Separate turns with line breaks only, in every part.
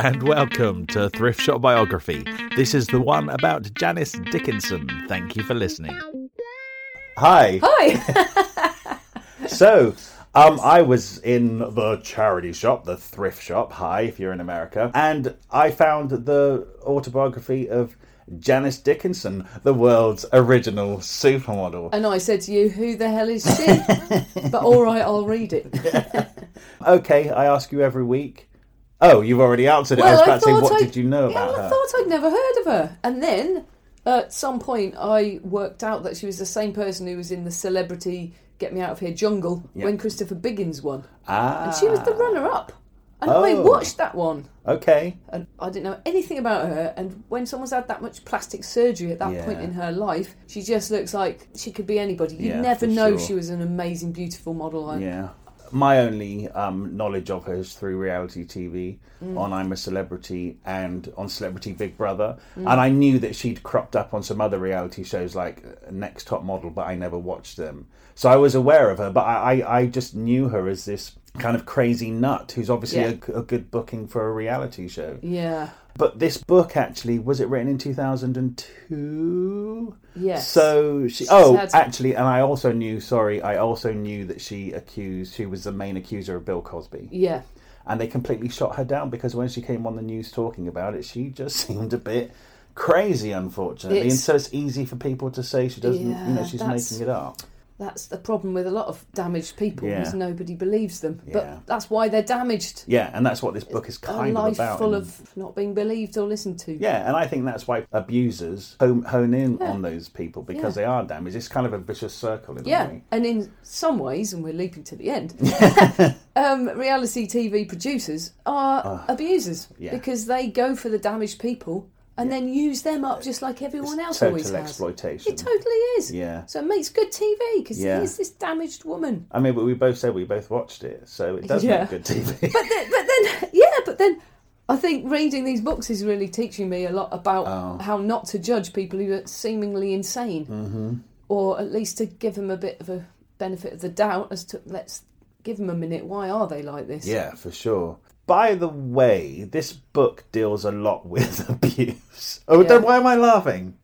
and welcome to Thrift Shop Biography. This is the one about Janice Dickinson. Thank you for listening. Hi.
Hi.
So, um, I was in the charity shop, the thrift shop. Hi, if you're in America, and I found the autobiography of Janice Dickinson, the world's original supermodel.
and I said to you, who the hell is she? but all right, I'll read it.
Okay, I ask you every week. Oh, you've already answered it. I was about to say, what did you know
yeah,
about
well, I
her?
thought I'd never heard of her. And then at some point, I worked out that she was the same person who was in the celebrity Get Me Out of Here jungle when Christopher Biggins won.
Ah,
And she was the runner up. And I
Oh.
watched that one.
okay.
and I didn't know anything about her. And when someone's had that much plastic surgery at that
Yeah.
point in her life, she just looks like she could be anybody. You
Yeah,
would never
for
know
sure.
she was an amazing, beautiful model. I,
Yeah. My only um, knowledge of her is through reality TV on I'm a Celebrity and on Celebrity Big Brother. And I knew that she'd cropped up on some other reality shows like uh, Next Top Model, but I never watched them. So I was aware of her, but I, I, I just knew her as this kind of crazy nut who's obviously
Yeah.
a g- a, good booking for a reality show.
yeah,
But this book actually, was it written in 2002?
yes.
So she. Oh,
had-
actually, and I also knew. Sorry, I also knew that she accused. She was the main accuser of Bill Cosby,
yeah,
and they completely shot her down because when she came on the news talking about it, she just seemed a bit crazy, unfortunately. and
It's-
so it's easy for people to say she doesn't. you know,
Yeah,
she's
that's-
making it up.
that's the problem with a lot of damaged people
Yeah.
is nobody believes them.
Yeah.
But that's why they're damaged.
Yeah, and that's what this book is
A
kind of
life
about.
full
and-
of not being believed or listened to.
Yeah, and I think that's why abusers hone, hone in
Yeah.
on those people because
Yeah.
they are damaged. It's kind of a vicious circle in a
Yeah,
way.
and in some ways, and we're leaping to the end, um, reality TV producers are abusers
yeah.
because they go for the damaged people and then use them up just like everyone else always
Total
has.
exploitation.
It totally is.
Yeah.
So it makes good TV because
Yeah.
here's this damaged woman.
I mean, but we both said we both watched it, so it does
Yeah.
make good TV.
But then, but then, yeah, but then. I think reading these books is really teaching me a lot about
Oh.
how not to judge people who are seemingly insane, mm-hmm. or at least to give them a bit of a benefit of the doubt as to let's give them a minute. Why are they like this?
yeah, for sure. By the way, this book deals a lot with abuse. Oh,
Yeah.
then why am I laughing?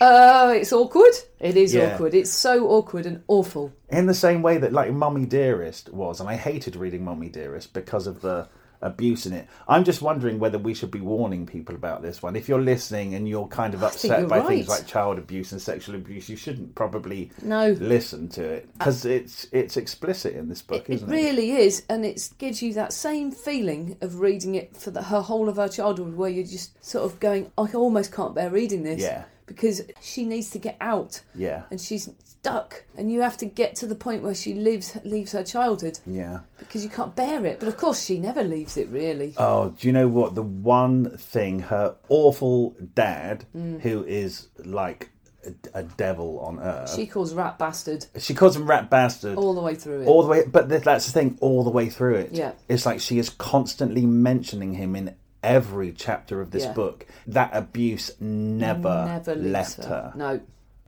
Oh, it's awkward. It is
Yeah.
awkward. It's so awkward and awful.
In the same way that, like, Mummy Dearest was, and I hated reading Mummy Dearest because of the abuse in it. I'm just wondering whether we should be warning people about this one. If you're listening and you're kind of
think
upset
you're
by things
right.
like child abuse and sexual abuse, you shouldn't probably
No.
listen to it because it's it's explicit in this book,
It
isn't it?
really is, and it gives you that same feeling of reading it for the, her whole of her childhood, where you're just sort of going, I almost can't bear reading this.
Yeah.
Because she needs to get out,
Yeah.
and she's stuck, and you have to get to the point where she leaves leaves her childhood
Yeah.
because you can't bear it. But of course, she never leaves it really.
Oh, do you know what? The one thing her awful dad,
Mm.
who is like a, a devil on earth,
she calls rat bastard
she, calls him rat bastard all,
all the way through it.
the way. But th- that's the thing, all the way through it.
Yeah.
it's like she is constantly mentioning him in every chapter of this
Yeah.
book. That abuse never,
never leaves
left her.
her. No.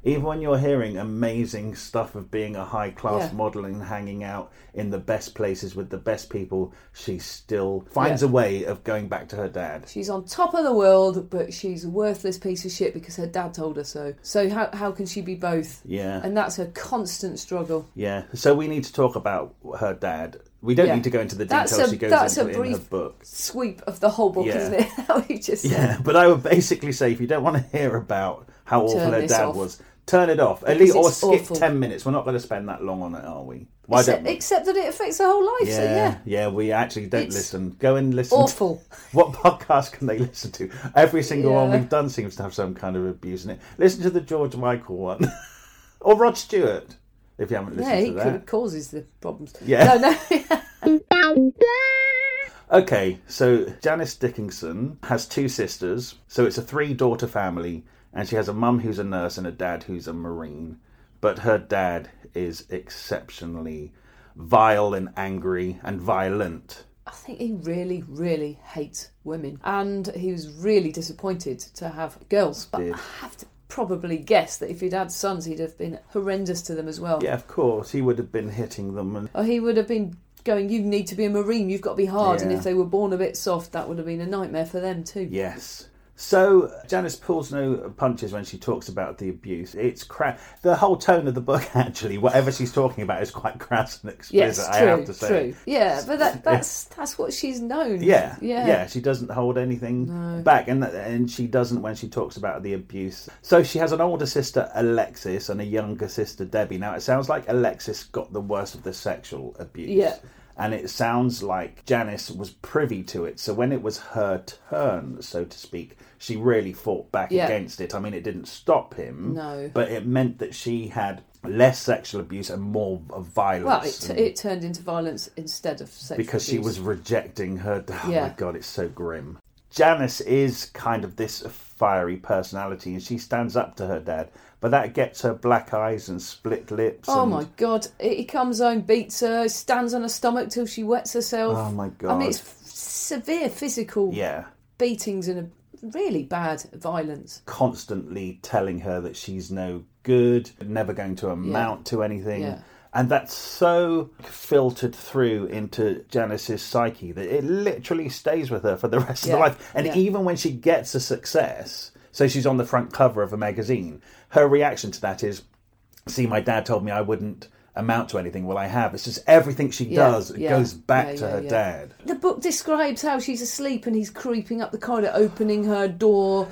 Even when you're hearing amazing stuff of being a high class
Yeah.
model and hanging out in the best places with the best people, she still finds
Yeah.
a way of going back to her dad.
She's on top of the world, but she's a worthless piece of shit because her dad told her so. So how how can she be both?
Yeah.
And that's her constant struggle.
Yeah, so we need to talk about her dad. We don't
Yeah.
need to go into the
That's
details
a-
she goes
that's
into
a
in her
brief-
book.
Sweep of the whole book,
Yeah.
isn't it? That we just said.
Yeah, but I would basically say if you don't want to hear about how awful
Turn
her
this
dad
off.
was, turn it off. At least, or
it's
skip
awful.
ten minutes. We're not going to spend that long on it, are we? Why
Except,
don't we?
except that it affects her whole life.
yeah,
So yeah,
yeah, we actually don't
It's
listen. Go and listen.
awful.
What podcast can they listen to? Every single one
Yeah.
we've done seems to have some kind of abuse in it. Listen to the George Michael one, or Rod Stewart, if you haven't listened
Yeah,
to
it
that.
could- causes the problems.
Yeah.
No, no.
Okay, so Janice Dickinson has two sisters, so it's a three daughter family, and she has a mum who's a nurse and a dad who's a marine. But her dad is exceptionally vile and angry and violent.
I think he really, really hates women, and he was really disappointed to have girls. But I have to probably guess that if he'd had sons, he'd have been horrendous to them as well.
Yeah, of course, he would have been hitting them and
Or he would have been going, you need to be a Marine, you've got to be hard. And
Yeah.
if they were born a bit soft, that would have been a nightmare for them too.
Yes. So Janice pulls no punches when she talks about the abuse. It's cra- the whole tone of the book actually. Whatever she's talking about is quite crass and
Yes,
explicit.
true,
I have to say.
true. Yeah, but that, that's that's what she's known.
Yeah,
yeah,
She doesn't hold anything back, and that, and she doesn't when she talks about the abuse. So she has an older sister Alexis and a younger sister Debbie. Now it sounds like Alexis got the worst of the sexual abuse.
Yeah.
And it sounds like Janice was privy to it. So when it was her turn, so to speak, she really fought back
Yeah.
against it. I mean, it didn't stop him.
No.
But it meant that she had less sexual abuse and more of violence.
Well, it,
and-
it turned into violence instead of sex
because she was rejecting her. Oh my
Yeah.
god, it's so grim. Janice is kind of this fiery personality, and she stands up to her dad, but that gets her black eyes and split lips.
Oh
and-
my god! He comes home, beats her, stands on her stomach till she wets herself.
Oh my
I
God.
mean, it's f- severe physical
Yeah,
beatings and a really bad violence.
constantly telling her that she's no good, never going to amount to anything.
Yeah.
And that's so filtered through into Janice's psyche that it literally stays with her for the rest of
Yeah,
her life. And
yeah.
even when she gets a success, so she's on the front cover of a magazine, her reaction to that is, see, my dad told me I wouldn't amount to anything. Well, I have. It's just everything she
Yeah,
does it
yeah,
goes back
yeah,
to
yeah,
her
yeah.
dad.
The book describes how she's asleep and he's creeping up the corridor, opening her door,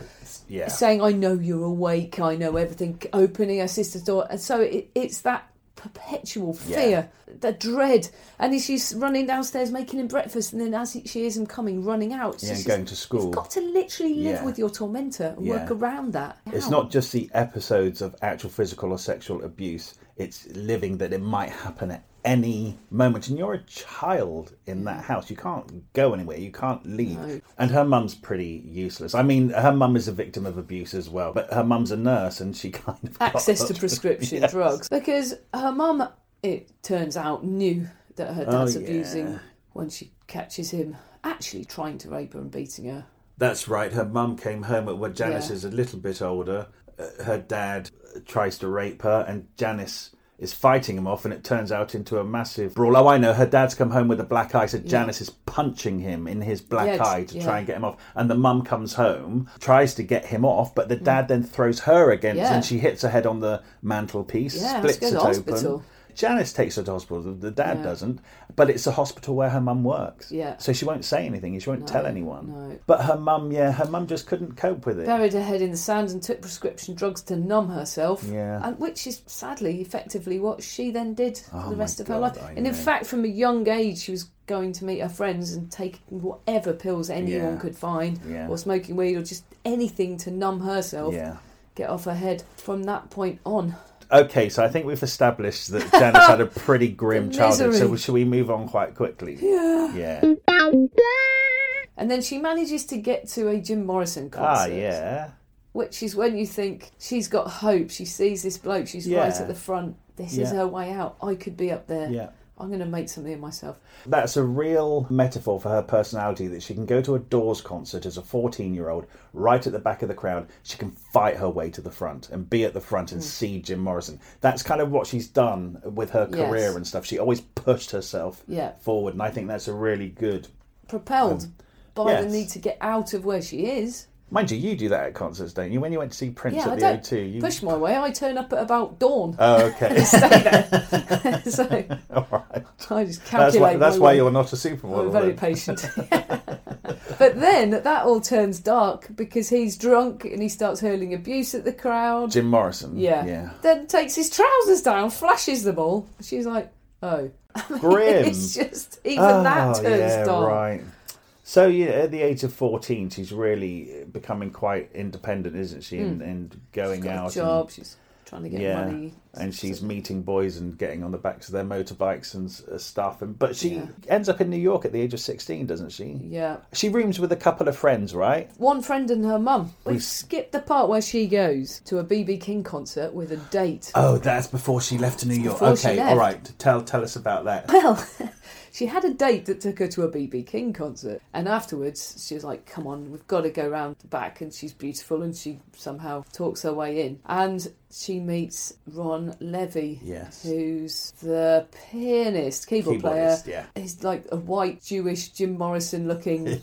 Yeah.
saying, "I know you're awake. I know everything." Opening her sister's door, and so it, it's that perpetual fear, the dread, and she's running downstairs making him breakfast, and then as he- she hears him coming, running out, so
Yeah, and
she's-
going to school.
You've got to literally live
Yeah.
with your tormentor and work
Yeah.
around that.
It's
How?
not just the episodes of actual physical or sexual abuse, it's living that it might happen at any moment. And you're a child in that house. You can't go anywhere, you can't leave. And her mum's pretty useless. I mean, her mum is a victim of abuse as well, but her mum's a nurse and she kind of. got-
access to prescription
Yes.
drugs because her mum, it turns out, knew that her dad's
Oh, yeah.
abusing when she catches him actually trying to rape her and beating her.
That's right. Her mum came home at when Janice
Yeah.
is a little bit older. Uh, Her dad tries to rape her, and Janice is fighting him off, and it turns out into a massive brawl. Oh, I know. Her dad's come home with a black eye, so Janice is punching him in his black
Yeah,
eye to
yeah.
try and get him off. And the mum comes home, tries to get him off, but the dad then throws her against,
Mm. Yeah.
and she hits her head on the mantelpiece,
Yeah, has to
splits
go
it
to
open.
hospital.
Janice takes her to hospital. The the dad
Yeah.
doesn't, but it's a hospital where her mum works.
Yeah.
So she won't say anything. She won't tell anyone.
no.
But her mum, yeah, her mum just couldn't cope with it.
Buried her head in the sand and took prescription drugs to numb herself,
Yeah.
and which is sadly, effectively, what she then did for
Oh
the
my
rest of her
God,
life.
I
and
know.
in fact, from a young age, she was going to meet her friends and taking whatever pills anyone
Yeah.
could find,
Yeah.
or smoking weed, or just anything to numb herself.
yeah.
get off her head from that point on.
Okay, so I think we've established that Janice had a pretty grim
The
childhood. So
misery.
should we move on quite quickly? Yeah. Yeah.
And then she manages to get to a Jim Morrison concert,
Ah, yeah.
which is when you think she's got hope. She sees this bloke, she's
Yeah.
right at the front. This is
Yeah.
her way out. I could be up there.
Yeah.
I'm going to make something of myself.
That's a real metaphor for her personality that she can go to a Doors concert as a 14 year old, right at the back of the crowd. She can fight her way to the front and be at the front
Hmm.
and see Jim Morrison. That's kind of what she's done with her
Yes.
career and stuff. She always pushed herself
Yeah.
forward, and I think that's a really good.
Propelled by
Um, yes.
the need to get out of where she is.
Mind you, you do that at concerts, don't you? When you went to see Prince
Yeah,
at
I
the
don't
O2, you.
push my way. I turn up at about dawn.
Oh, okay.
Stay there. so
All right.
I just calculate.
That's why,
my
that's why
way.
you're not a supermodel.
I'm very
then.
patient. but then that all turns dark because he's drunk and he starts hurling abuse at the crowd.
Jim Morrison.
yeah.
Yeah.
Then takes his trousers down, flashes them all. She's like, oh.
Grim.
it's just, even that
Oh,
turns dark.
right. So yeah, at the age of fourteen, she's really becoming quite independent, isn't she? And, and going
Hmm. She's got
out,
a job, she's trying to
and,
get
yeah,
money.
and she's meeting boys and getting on the backs of their motorbikes and s- uh, stuff. And but she ends up in New York at the age of sixteen, doesn't she?
Yeah.
She rooms with a couple of friends, right?
One friend and her mum. We've
We've-
skipped the part where she goes to a BB King concert with a date.
Oh, that's before she left to New York.
before she
Okay,
left.
all right. Tell tell us about that.
Well, she had a date that took her to a BB King concert, and afterwards she was like, "Come on, we've got to go round the back." And she's beautiful, and she somehow talks her way in, and she meets Ron John Levy,
Yes.
who's the pianist, keyboard player.
Keyboardist, yeah.
He's like a white Jewish Jim Morrison looking.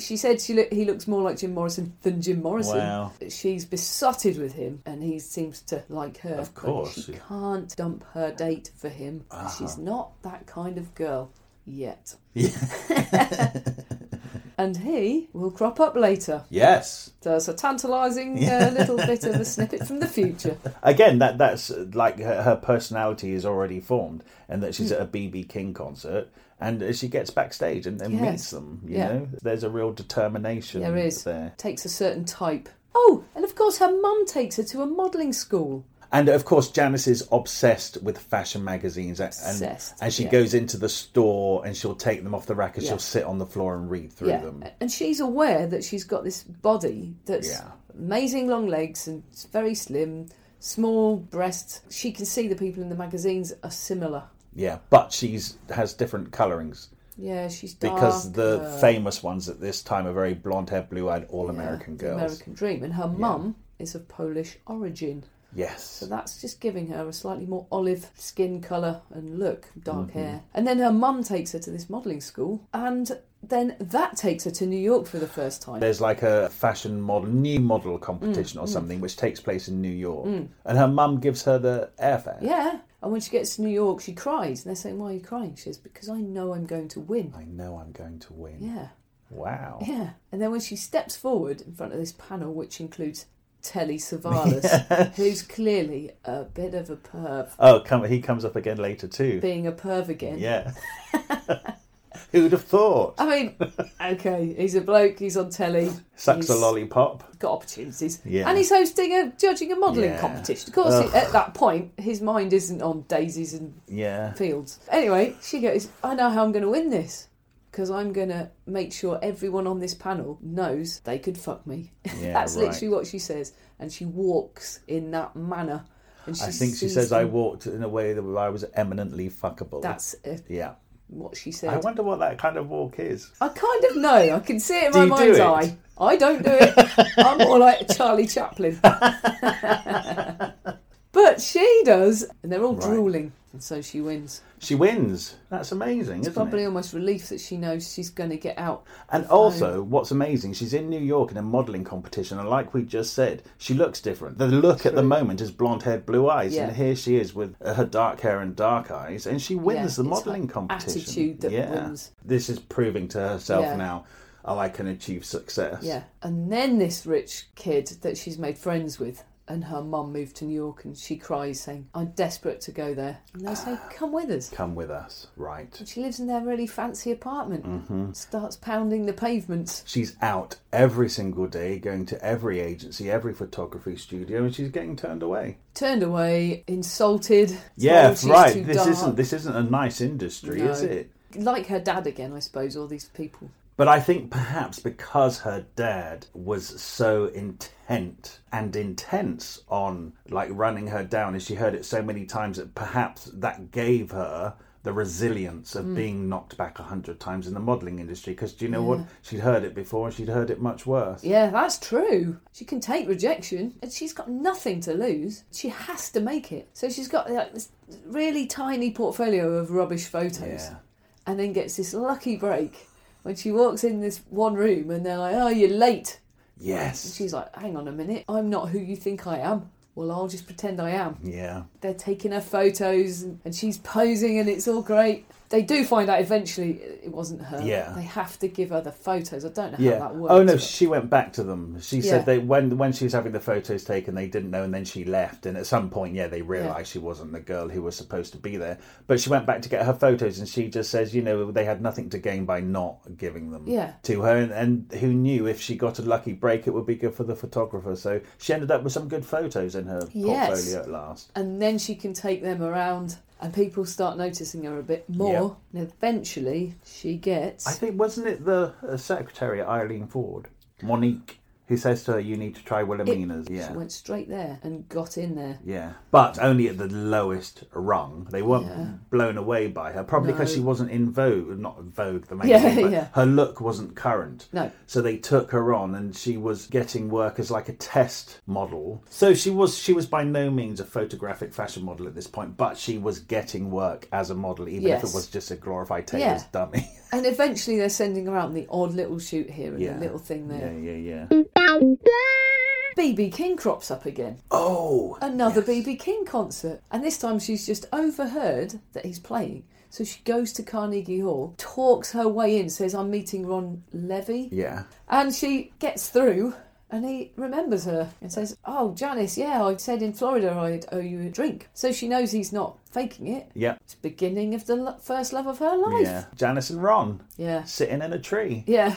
she said she look, he looks more like Jim Morrison than Jim Morrison.
Wow.
She's besotted with him, and he seems to like her.
Of
but
course. Uh-huh.
she can't dump her date for him. She's not that kind of girl yet. and he will crop up later.
Yes.
There's a tantalising uh, little bit of a snippet from the future.
Again, that that's uh, like her, her personality is already formed, and that she's
Hmm.
at a BB King concert, and uh, she gets backstage and, and
Yes.
meets them. You
Yeah.
know, there's a real determination
There is.
there.
Takes a certain type. Oh, and of course, her mum takes her to a modelling school.
And of course, Janice is obsessed with fashion magazines, a- and
Obsessed,
and she
yeah.
goes into the store and she'll take them off the rack and
Yeah.
she'll sit on the floor and read through them.
And she's aware that she's got this body that's
Yeah.
amazing long legs and it's very slim, small breasts. She can see the people in the magazines are similar.
Yeah, but she's has different colorings
Yeah, she's dark.
because the
uh,
famous ones at this time are very blonde hair, blue eyed, all American
yeah, the
girls.
American dream. And her mum is of Polish origin.
Yes,
So that's just giving her a slightly more olive skin colour and look, dark
Mm-hmm.
hair. And then her mum takes her to this modelling school, and then that takes her to New York for the first time.
there's like a fashion model, new model competition
Mm,
or something which takes place in New York, and her mum gives her the airfare.
Yeah. And when she gets to New York, she cries. And they're saying, Why are you crying? She says, Because I know I'm going to win.
I know I'm going to win.
Yeah.
Wow.
Yeah. And then when she steps forward in front of this panel, which includes Telly Savalas, who's clearly a bit of a perv,
Oh, come, he comes up again later too.
being a perv again.
Yeah. Who'd have thought?
I mean, okay, he's a bloke, he's on telly,
Sucks a
he's-
lollipop.
got opportunities.
Yeah.
And he's hosting a judging a modelling
Yeah.
competition. Of course, he- at that point, his mind isn't on daisies and
Yeah.
fields. Anyway, she goes, I know how I'm going to win this because I'm going to make sure everyone on this panel knows they could fuck me.
Yeah,
That's
right.
literally what she says. And she walks in that manner. And she
I think she
sees
says I
them.
walked in a way that I was eminently fuckable.
That's uh,
yeah.
what she
I
said.
wonder what that kind of walk is.
I kind of know. I can see it in my
you do
mind's
it?
eye. I don't do it. I'm more like Charlie Chaplin. but she does, and they're all
Right.
drooling, and so she wins.
She wins. That's amazing, isn't
Probably
it?
almost relief that she knows she's going to get out.
And also, what's amazing, she's in New York in a modelling competition, and like we just said, she looks different. The look at the moment is blonde haired, blue eyes,
Yeah.
and here she is with her dark hair and dark eyes, and she
Yeah,
wins
it's her
the modelling competition.
attitude that wins.
This is proving to herself
Yeah.
now, oh, I can achieve success.
Yeah. And then this rich kid that she's made friends with and her mum moved to New York and she cries saying, I'm desperate to go there. And they say, come with us.
Come with us, right?
And she lives in their really fancy apartment.
Mm-hmm.
Starts pounding the pavements.
She's out every single day, going to every agency, every photography studio, and she's getting turned away.
Turned away, insulted.
Yeah,
told she's
right.
too
This
dark.
isn't this isn't a nice industry,
No.
is it?
Like her dad again, I suppose, all these people.
But I think perhaps because her dad was so intent and intense on like running her down, and she heard it so many times that perhaps that gave her the resilience
Hmm.
of being knocked back a hundred times in the modelling industry. Because do you know what? She'd heard it before, and she'd heard it much worse.
Yeah, that's true. She can take rejection and she's got nothing to lose. She has to make it. So she's got like, this really tiny portfolio of rubbish photos
Yeah.
and then gets this lucky break when she walks in this one room and they're like, oh, you're late.
Yes.
She's like, hang on a minute, I'm not who you think I am. Well, I'll just pretend I am.
Yeah.
They're taking her photos and and she's posing and it's all great. They do find out eventually it wasn't her.
Yeah.
They have to give her the photos. I don't know
Yeah.
how that works.
Oh no,
but-
she went back to them. She
Yeah.
said they when when she was having the photos taken, they didn't know, and then she left. And at some point, yeah, they realised she wasn't the girl who was supposed to be there. But she went back to get her photos, and she just says, you know, they had nothing to gain by not giving them
Yeah.
to her, and, and who knew if she got a lucky break, it would be good for the photographer. So she ended up with some good photos in her
Yes.
portfolio at last.
and then she can take them around and people start noticing her a bit more and eventually she gets
I think wasn't it the uh, secretary Eileen Ford, Monique, who who says to her, "You need to try Wilhelmina's."
She
yeah,
went straight there and got in there.
yeah, but only at the lowest rung. They weren't
Yeah.
blown away by her, probably because
No.
she wasn't in Vogue, not Vogue, the magazine.
Yeah,
but
yeah.
Her look wasn't current.
No.
So they took her on, and she was getting work as like a test model. So she was she was by no means a photographic fashion model at this point, but she was getting work as a model, even if
Yes.
it was just a glorified tailor's
Yeah.
dummy.
And eventually they're sending her out on the odd little shoot here and
Yeah.
the little thing there.
yeah, yeah, yeah.
BB King crops up again.
Oh,
Another BB King concert. And this time she's just overheard that he's playing. So she goes to Carnegie Hall, talks her way in, says, I'm meeting Ron Levy.
yeah.
And she gets through and he remembers her and says, Oh, Janice, yeah, I said in Florida I'd owe you a drink. So she knows he's not faking it.
Yeah,
It's the beginning of the lo- first love of her life.
yeah. Janice and Ron
Yeah.
sitting in a tree.
Yeah.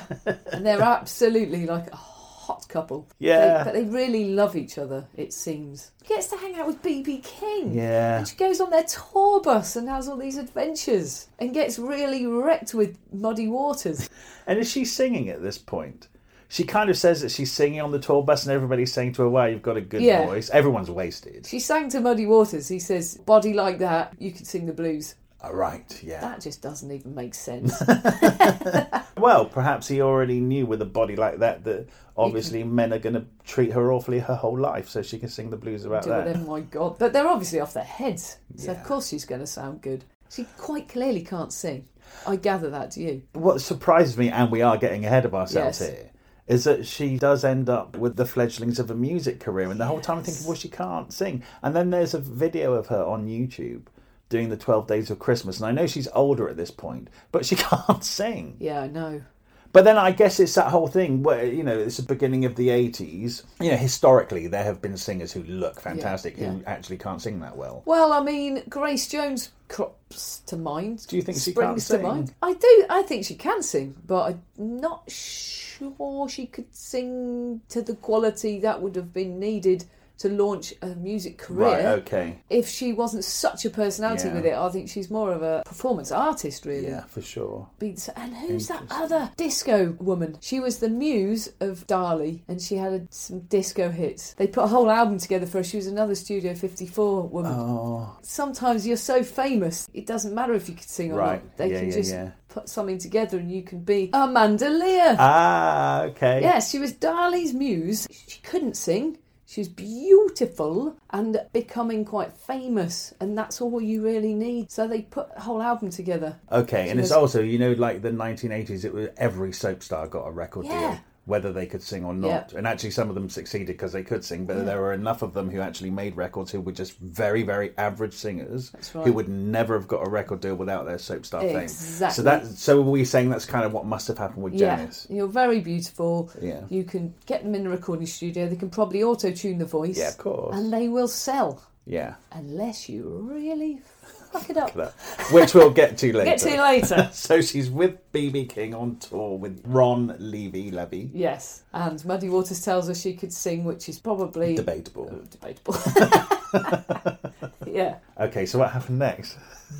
and they're absolutely like a hot couple. They-
Yeah.
but they really love each other, it seems. She gets to hang out with BB King.
Yeah.
And she goes on their tour bus and has all these adventures and gets really wrecked with muddy waters.
And is she singing at this point? She kind of says that she's singing on the tour bus, and everybody's saying to her, "Wow, you've got a good
Yeah.
voice." Everyone's wasted.
She sang to Muddy Waters. He says, Body like that, you can sing the blues.
All Uh, right, yeah.
That just doesn't even make sense.
Well, perhaps he already knew with a body like that that obviously men are going to treat her awfully her whole life, so she can sing the blues about
Do
that.
whatever, Oh my God. But they're obviously off their heads. So,
Yeah.
of course, she's going to sound good. She quite clearly can't sing. I gather that, do you?
What surprised me, and we are getting ahead of ourselves
Yes.
here, is that she does end up with the fledglings of a music career. And the whole time I'm thinking,
Yes.
well, she can't sing. And then there's a video of her on YouTube doing the 12 Days of Christmas. And I know she's older at this point, but she can't sing.
Yeah, I know.
But then I guess it's that whole thing where, you know, it's the beginning of the 80s. You know, historically, there have been singers who look fantastic who
yeah.
actually can't sing that well.
Well, I mean, Grace Jones crops to mind.
Do you think she
springs
can't sing?
to mind? I do. I think she can sing, but I'm not sure she could sing to the quality that would have been needed to launch a music career.
Right, okay.
If she wasn't such a personality
Yeah.
with it, I think she's more of a performance artist, really.
Yeah, for sure.
Be- And who's that other disco woman? She was the muse of Darley, and she had a- some disco hits. They put a whole album together for her. She was another Studio 54 woman
Oh,
sometimes you're so famous it doesn't matter if you can sing or
Right.
not they
Yeah,
can
yeah,
just
yeah. Uh,
put something together and you can be amanda lear
ah, okay.
yes she was darley's muse she couldn't sing she was beautiful and becoming quite famous and that's all you really need so they put a whole album together
Okay, and it's
was-
also you know like the 1980s, it was every soap star got a record
Yeah.
deal, whether they could sing or not. And actually, some of them succeeded because they could sing, but there were enough of them who actually made records who were just very, very average singers who
right.
would never have got a record deal without their soap star fame. So
Exactly.
that, so are we saying that's kind of what must have happened with Janice?
yeah you're very beautiful
Yeah.
you can get them in the recording studio they can probably auto tune the voice
Yeah, of course.
and they will sell
yeah,
unless you really fuck it up
that. which we'll get to later.
get to you later
so she's with BB King on tour with Ron Levy, Levy.
Yes, and Muddy Waters tells her she could sing, which is probably
Debatable.
debatable. yeah.
Okay, so what happened next?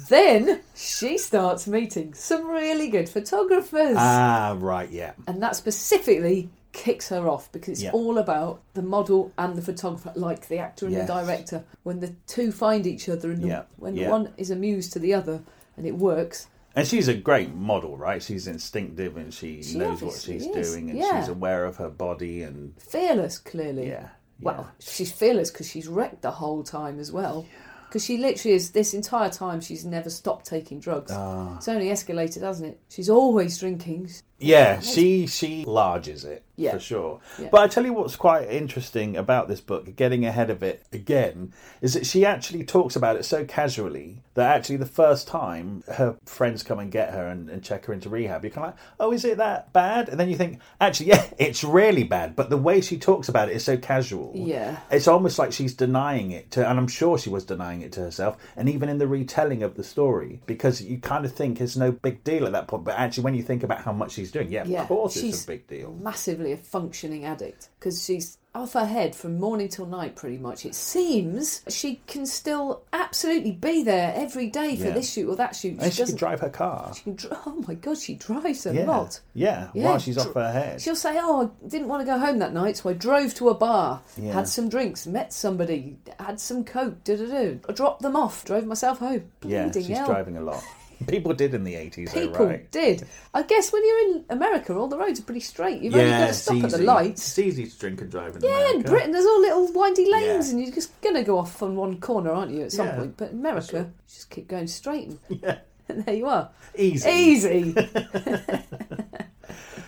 Then she starts meeting some really good photographers,
Ah, right, yeah.
and that specifically kicks her off because it's
Yeah.
all about the model and the photographer, like the actor and
Yes.
the director. When the two find each other, and the-
Yeah,
when
yeah.
one is amused to the other, and it works.
And she's a great model, right? She's instinctive and she,
She
knows what
obviously
she's
is,
doing and
yeah.
she's aware of her body and
Fearless, clearly.
yeah.
Well, she's fearless because she's wrecked the whole time as well. Because she literally is this entire time she's never stopped taking drugs.
Ah.
It's only escalated, hasn't it? She's always drinking.
Yeah, she she larges it
Yeah.
for sure.
Yeah.
But I tell you what's quite interesting about this book, getting ahead of it again, is that she actually talks about it so casually that actually the first time her friends come and get her and, and check her into rehab, you're kind of like, oh, is it that bad? And then you think, actually, yeah, it's really bad. But the way she talks about it is so casual.
Yeah.
It's almost like she's denying it to, and I'm sure she was denying it to herself, and even in the retelling of the story, because you kind of think it's no big deal at that point. But actually, when you think about how much she's doing. Yeah,
Yeah,
of course it's
she's-
a big deal.
massively a functioning addict because she's off her head from morning till night pretty much it seems she can still absolutely be there every day for
Yeah.
this shoot or that shoot
And she, can
doesn't
drive her car.
can dri- oh my god she drives a
yeah.
lot
yeah,
Yeah.
while she's off her head.
she'll say oh i didn't want to go home that night so i drove to a bar
Yeah.
had some drinks met somebody had some coke da da da i dropped them off drove myself home
yeah,
Bloody
she's
hell.
driving a lot. People did in the eighties, though,
people
right?
did i guess when you're in america all the roads are pretty straight you've only got to
it's
stop at the
easy.
lights
It's easy to drink and drive in
Yeah, in
America.
Britain, there's all little windy lanes,
Yeah.
and you're just going to go off on one corner, aren't you, at some
Yeah.
point? But in America, you just keep going straight, and,
Yeah,
and there you are.
easy. Uh-huh.
Easy.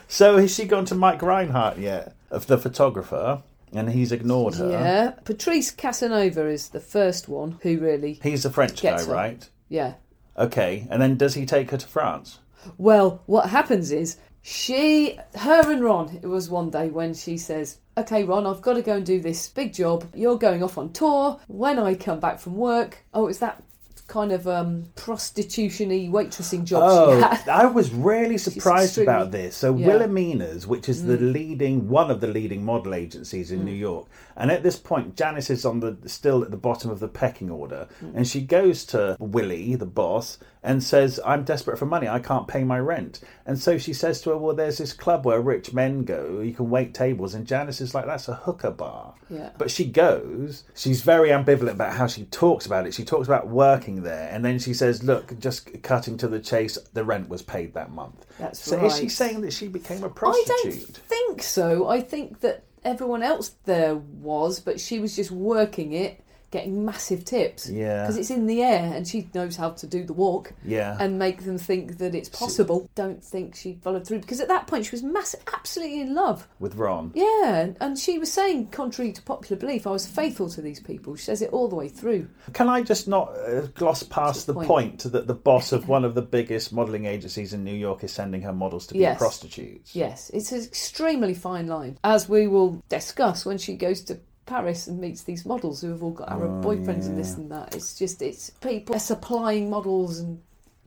So has she gone to Mike Reinhardt yet, of the photographer, and he's ignored her?
yeah. Patrice Casanova is the first one who really,
He's the French
Gets
guy,
her.
right?
yeah.
Okay, and then does he take her to France?
Well, what happens is she, her and Ron, it was one day when she says, Okay, Ron, I've got to go and do this big job. You're going off on tour. When I come back from work, oh, it's that kind of um, prostitution y waitressing job she had.
Oh, I was really surprised
extremely-
about this. So
Yeah.
Wilhelmina's, which is
Mm.
the leading one of the leading model agencies in New York, and at this point Janice is on the still at the bottom of the pecking order,
Mm.
and she goes to Willie, the boss, and says, "I'm desperate for money. I can't pay my rent." And so she says to her, "Well, there's this club where rich men go. You can wait tables." And Janice is like, "That's a hooker bar."
Yeah.
But she goes. She's very ambivalent about how she talks about it. She talks about working there, and then she says, "Look, just cutting to the chase. The rent was paid that month."
That's
so is she
right.
saying that she became a
I
prostitute?
don't think so. I think that everyone else there was, but she was just working it, getting massive tips.
Yeah.
Because it's in the air and she knows how to do the walk
Yeah.
and make them think that it's possible. Don't think she followed through because at that point she was mass- absolutely in love.
With Ron.
Yeah. And she was saying, contrary to popular belief, I was faithful to these people. She says it all the way through.
Can I just not uh, gloss past the
point.
point. that the boss of one of the biggest modelling agencies in New York is sending her models to be
Yes.
prostitutes?
Yes. It's an extremely fine line, as we will discuss when she goes to. Paris and meets these models who have all got Arab boyfriends and this and that. It's just it's people they're supplying models and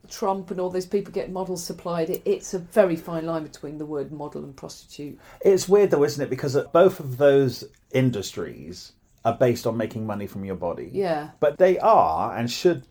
Trump and all those people get models supplied. It, it's a very fine line between the word model and prostitute.
It's weird though, isn't it? Because uh, both of those industries are based on making money from your body.
Yeah.
But they are and should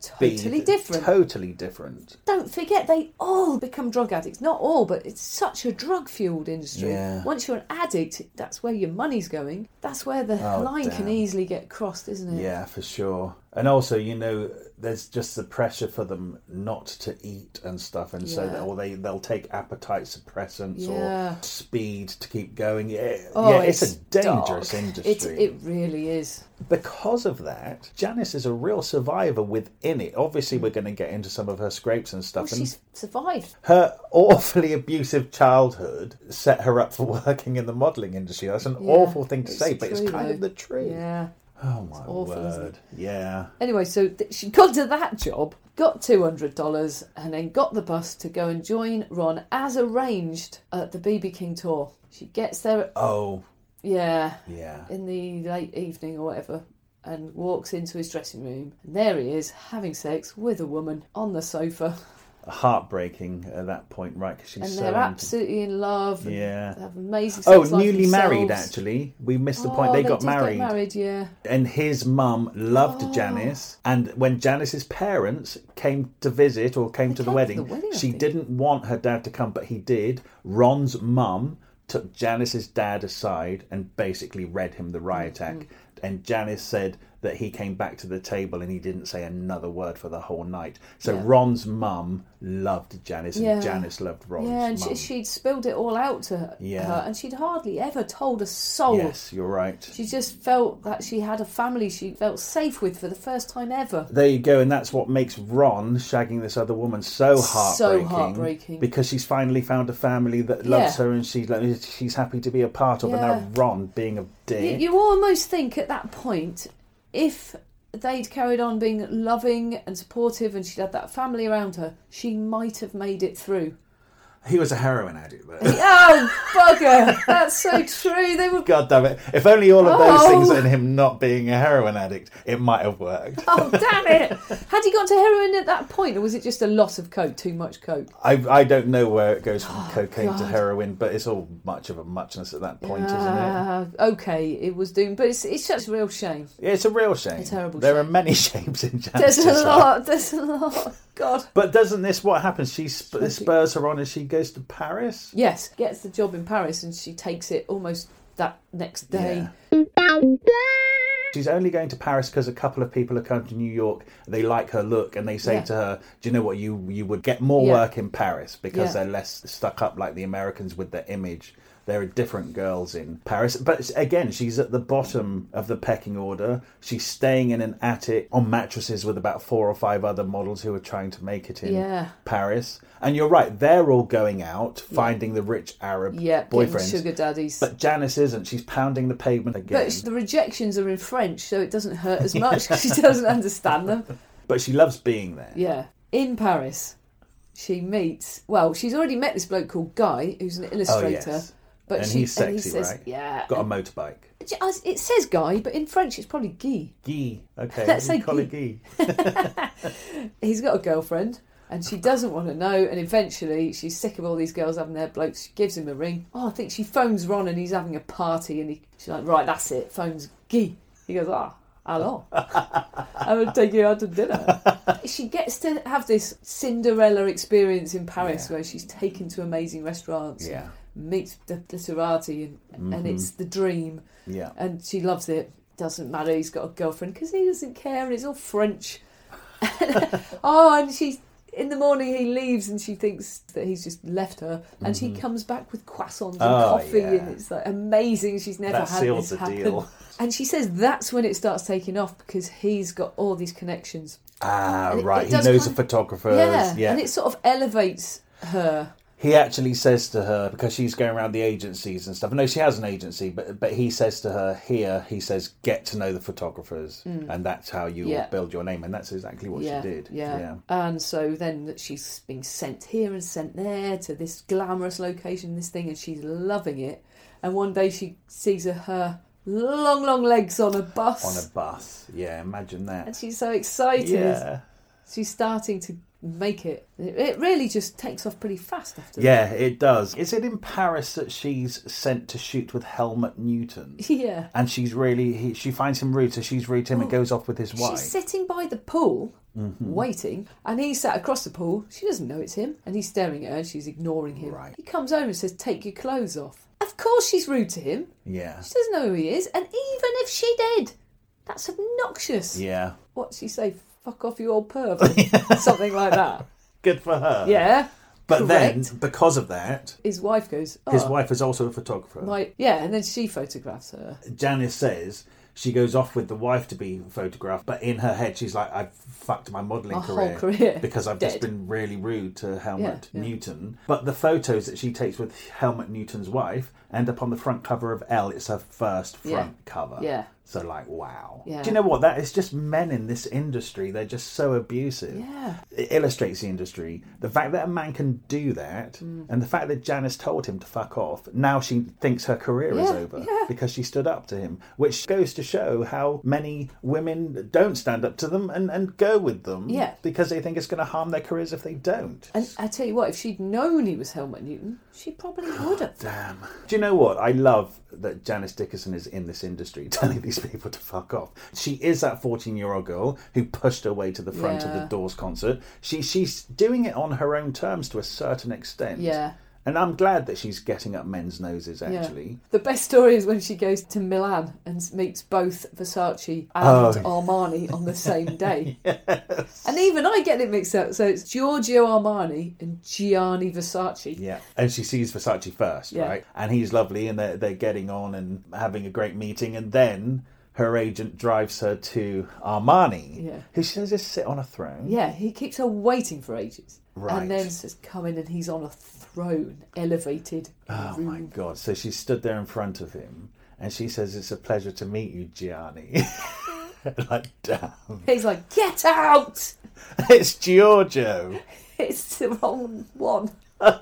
be
Totally different.
Totally different.
Don't forget they all become drug addicts. Not all, but it's such a drug fueled industry.
Yeah.
Once you're an addict, that's where your money's going. That's where the
Oh,
line can
damn.
easily get crossed, isn't it?
Yeah, for sure. And also, you know, there's just the pressure for them not to eat and stuff, and so
Yeah.
that, or they they'll take appetite suppressants
Yeah.
or speed to keep going. Yeah,
Oh,
yeah it's, a dangerous
dark.
industry.
It's, it really is.
because of that, Janice is a real survivor within it. Obviously, we're going to get into some of her scrapes and stuff.
Well,
and
Oh, she's survived.
her awfully abusive childhood set her up for working in the modelling industry. That's an
Yeah,
awful thing to
it's
say, but it's
true,
kind
though.
of the truth.
Yeah.
Oh my
awful, isn't
word! Yeah.
Anyway, so th- she got to that job, got $200, and then got the bus to go and join Ron as arranged at the BB King tour. She gets there, at,
Oh
yeah,
yeah.
in the late evening or whatever, and walks into his dressing room. And there he is, having sex with a woman on the sofa,
heartbreaking at that point, right? Because she's
and
so
they're
into-
absolutely in love. And
Yeah.
They have amazing
Oh,
sex life
newly married
themselves.
actually. We missed the
Oh,
point. They, got
did
married,
Get married, yeah.
and his mum loved
Oh.
Janice. And when Janice's parents came to visit or came, to, the
came to
wedding,
the wedding, I
she
think.
didn't want her dad to come, but he did. Ron's mum took Janice's dad aside and basically read him the riot
Mm-hmm.
act. And Janice said that he came back to the table and he didn't say another word for the whole night. So
Yeah.
Ron's mum loved Janice, and
Yeah.
Janice loved Ron's
Yeah, and
mum.
she, she'd spilled it all out to her,
Oh, Yeah.
her, and she'd hardly ever told a soul.
Yes, you're right.
She just felt that she had a family she felt safe with for the first time ever.
There you go, and that's what makes Ron shagging this other woman so heartbreaking.
heartbreaking.
because she's finally found a family that loves
Yeah.
her and she's like, she's happy to be a part of.
Yeah.
And now Ron being a
You,
dick.
you almost think at that point, if they'd carried on being loving and supportive and she'd had that family around her, she might have made it through.
He was a heroin addict, though.
Oh, bugger! That's so true. They were.
God damn it. If only all of those
Oh.
things and him not being a heroin addict, it might have worked.
Oh, damn it! Had he got to heroin at that point, or was it just a lot of coke, too much coke?
I, I don't know where it goes from cocaine to
Oh, God.
heroin, but it's all much of a muchness at that point, isn't
Ah, okay, it was doomed, but it's it's such a real shame.
it? It's a real shame.
It's a terrible
there
shame.
are many shapes in Janet's
There's a
desire.
lot. There's a lot. God.
But doesn't this what happens? She sp- spurs her on as she goes to Paris.
Yes, gets the job in Paris, and she takes it almost that next day.
Yeah. She's only going to Paris because a couple of people have come to New York. They like her look, and they say
Yeah.
to her, "Do you know what? You you would get more
Yeah.
work in Paris because
Yeah.
they're less stuck up like the Americans with their image." There are different girls in Paris, but again, she's at the bottom of the pecking order. She's staying in an attic on mattresses with about four or five other models who are trying to make it in
Yeah.
Paris. And you're right; they're all going out, finding the rich Arab
Yeah, getting
boyfriends.
sugar daddies.
But Janice isn't. She's pounding the pavement again.
But the rejections are in French, so it doesn't hurt as much 'cause she doesn't understand them.
But she loves being there.
Yeah. In Paris, she meets, well, she's already met this bloke called Guy, who's an illustrator.
Oh, yes.
But
And
she,
he's
he
sexy,
says,
right?
Yeah.
Got a motorbike.
It says Guy, but in French it's probably Guy.
Gee. Okay.
Let's
we
say
call it gee.
He's got a girlfriend. And she doesn't want to know, and eventually she's sick of all these girls having their blokes. She gives him a ring. Oh, I think she phones Ron, and he's having a party, and he, she's like, "Right, that's it." Phones Guy. He goes, "Ah, hello. I would take you out to dinner. she gets to have this Cinderella experience in Paris
Yeah.
where she's taken to amazing restaurants,
Yeah. Mm-hmm.
meets the literati, and, and it's the dream.
Yeah.
And she loves it. Doesn't matter, he's got a girlfriend because he doesn't care, and it's all French. oh, and she's. In the morning, he leaves and she thinks that he's just left her, and she comes back with croissants and
Mm-hmm. Oh,
coffee,
yeah.
and it's like amazing. She's never
that
had
seals
this
the
happen.
deal.
And she says that's when it starts taking off because he's got all these connections.
Ah,
And it-
right.
it
he
does
knows
kind-
the photographers.
yeah.
Yeah.
And it sort of elevates her.
He actually says to her because she's going around the agencies and stuff. No, she has an agency, but but he says to her here. He says, "Get to know the photographers, and that's how you will
Hmm. Yeah.
build your name." And that's exactly what
yeah,
she did.
Yeah. And so then she's being sent here and sent there to this glamorous location, this thing, and she's loving it. And one day she sees her, her long, long legs on a
On
bus.
a bus. Yeah. Imagine
and
that.
she's so excited.
Yeah.
She's starting to make it. It it really just takes off pretty fast after
Yeah, it does. Is it in Paris that she's sent to shoot with Helmut Newton?
that. Yeah.
and she's really he, she finds him rude, so she's rude to him and goes off with his wife.
She's sitting by the pool,
Mm-hmm.
waiting, and he's sat across the pool. She doesn't know it's him, and he's staring at her, and she's ignoring him.
Right.
He comes over and says, Take your clothes off. Of course, she's rude to him.
yeah,
She doesn't know who he is, and even if she did, that's obnoxious.
yeah,
What's she say? Fuck off, you old perv. Something like that.
good for her.
Yeah.
but
correct.
then because of that,
His wife goes, Oh,
his wife is also a photographer.
my. Yeah, and then she photographs her.
Janice says she goes off with the wife to be photographed, but in her head she's like, "I've fucked my modelling
My whole
career,
career.
because I've just
Dead.
been really rude to Helmut
Yeah, yeah.
Newton." But the photos that she takes with Helmut Newton's wife end up on the front cover of Elle. It's her first
Yeah.
front cover.
Yeah.
So like, wow.
Yeah.
Do you know what? That is just men in this industry. They're just so abusive.
Yeah.
It illustrates the industry. The fact that a man can do that,
Mm.
and the fact that Janice told him to fuck off. Now she thinks her career is
Yeah,
over
yeah.
because she stood up to him, which goes to show how many women don't stand up to them and, and go with them
Yeah.
because they think it's going to harm their careers if they don't.
And I tell you what, if she'd known he was Helmut Newton, she probably would have.
Damn. Do you know what? I love that Janice Dickerson is in this industry telling these people to fuck off. She is that 14 year old girl who pushed her way to the front of the
Yeah.
Doors concert. She, she's doing it on her own terms to a certain extent.
Yeah.
And I'm glad that she's getting up men's noses,
Yeah.
actually.
The best story is when she goes to Milan and meets both Versace and
Oh.
Armani on the same day. And even I get it mixed up. So it's Giorgio Armani and Gianni Versace.
Yeah. And she sees Versace first,
Yeah.
right? And he's lovely and they're, they're getting on and having a great meeting. And then her agent drives her to Armani,
Yeah.
who she says is sit on a throne.
Yeah, he keeps her waiting for ages.
Right.
And then says, come in and he's on a throne, elevated.
Oh my god! So she stood there in front of him, and she says, "It's a pleasure to meet you, Gianni." like, damn,
He's like, get out!
it's Giorgio.
It's the wrong one. I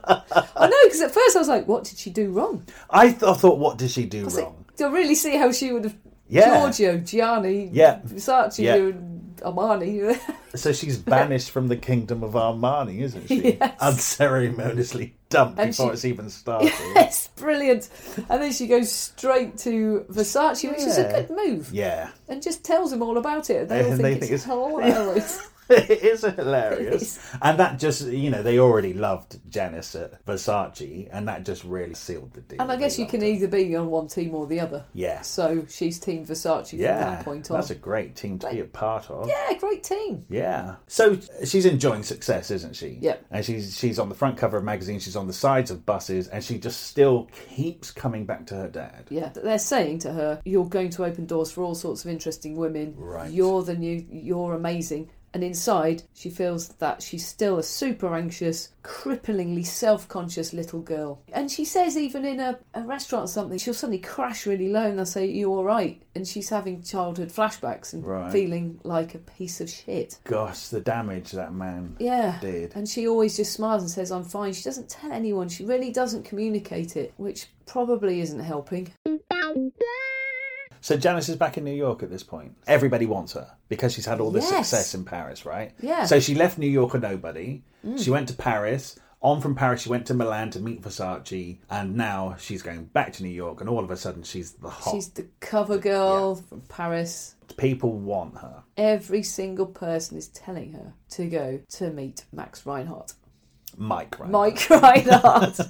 know, because at first I was like, what did she do wrong?
I, th- I thought, what did she do
I was like,
wrong?
do I really see how she would have.
Yeah.
Giorgio, Gianni,
Yeah.
Versace,
Yeah.
and Armani.
So she's banished from the kingdom of Armani, isn't she?
Yes.
Unceremoniously dumped
And
before
she-
it's even started.
yes, brilliant. And then she goes straight to Versace, which is
Yeah.
a good move,
yeah.
and just tells him all about it. They all
And
think,
they
it's
think it's-
hilarious.
it is
It
hilarious.
is.
And that just, you know, they already loved Janice at Versace, and that just really sealed the deal.
and I
They
guess you
loved
can
her.
either be on one team or the other.
Yeah.
So she's Team Versace
Yeah.
from that point on.
That's a great team to be a part of.
Yeah, great team.
Yeah. So she's enjoying success, isn't she?
Yep.
And she's she's on the front cover of magazines, she's on the sides of buses, and she just still keeps coming back to her dad.
Yeah, they're saying to her, "You're going to open doors for all sorts of interesting women.
Right.
You're the new. You're amazing." And inside, she feels that she's still a super anxious, cripplingly self-conscious little girl. And she says, even in a, a restaurant or something, she'll suddenly crash really low, and they'll say, "You all right?" And she's having childhood flashbacks and
Right.
feeling like a piece of shit.
Gosh, the damage that man
Yeah.
did.
And she always just smiles and says, I'm fine. She doesn't tell anyone. She really doesn't communicate it, which probably isn't helping.
So Janice is back in New York at this point. Everybody wants her because she's had all this
Yes.
success in Paris, right?
Yeah. Mm.
So she left New York a nobody. She went to Paris. On from Paris, she went to Milan to meet Versace, and now she's going back to New York. And all of a sudden, she's the hot.
She's the cover girl from Paris.
People want her.
Every single person is telling her to go to meet Max Reinhardt.
Mike Reinhardt.
Mike Reinhardt.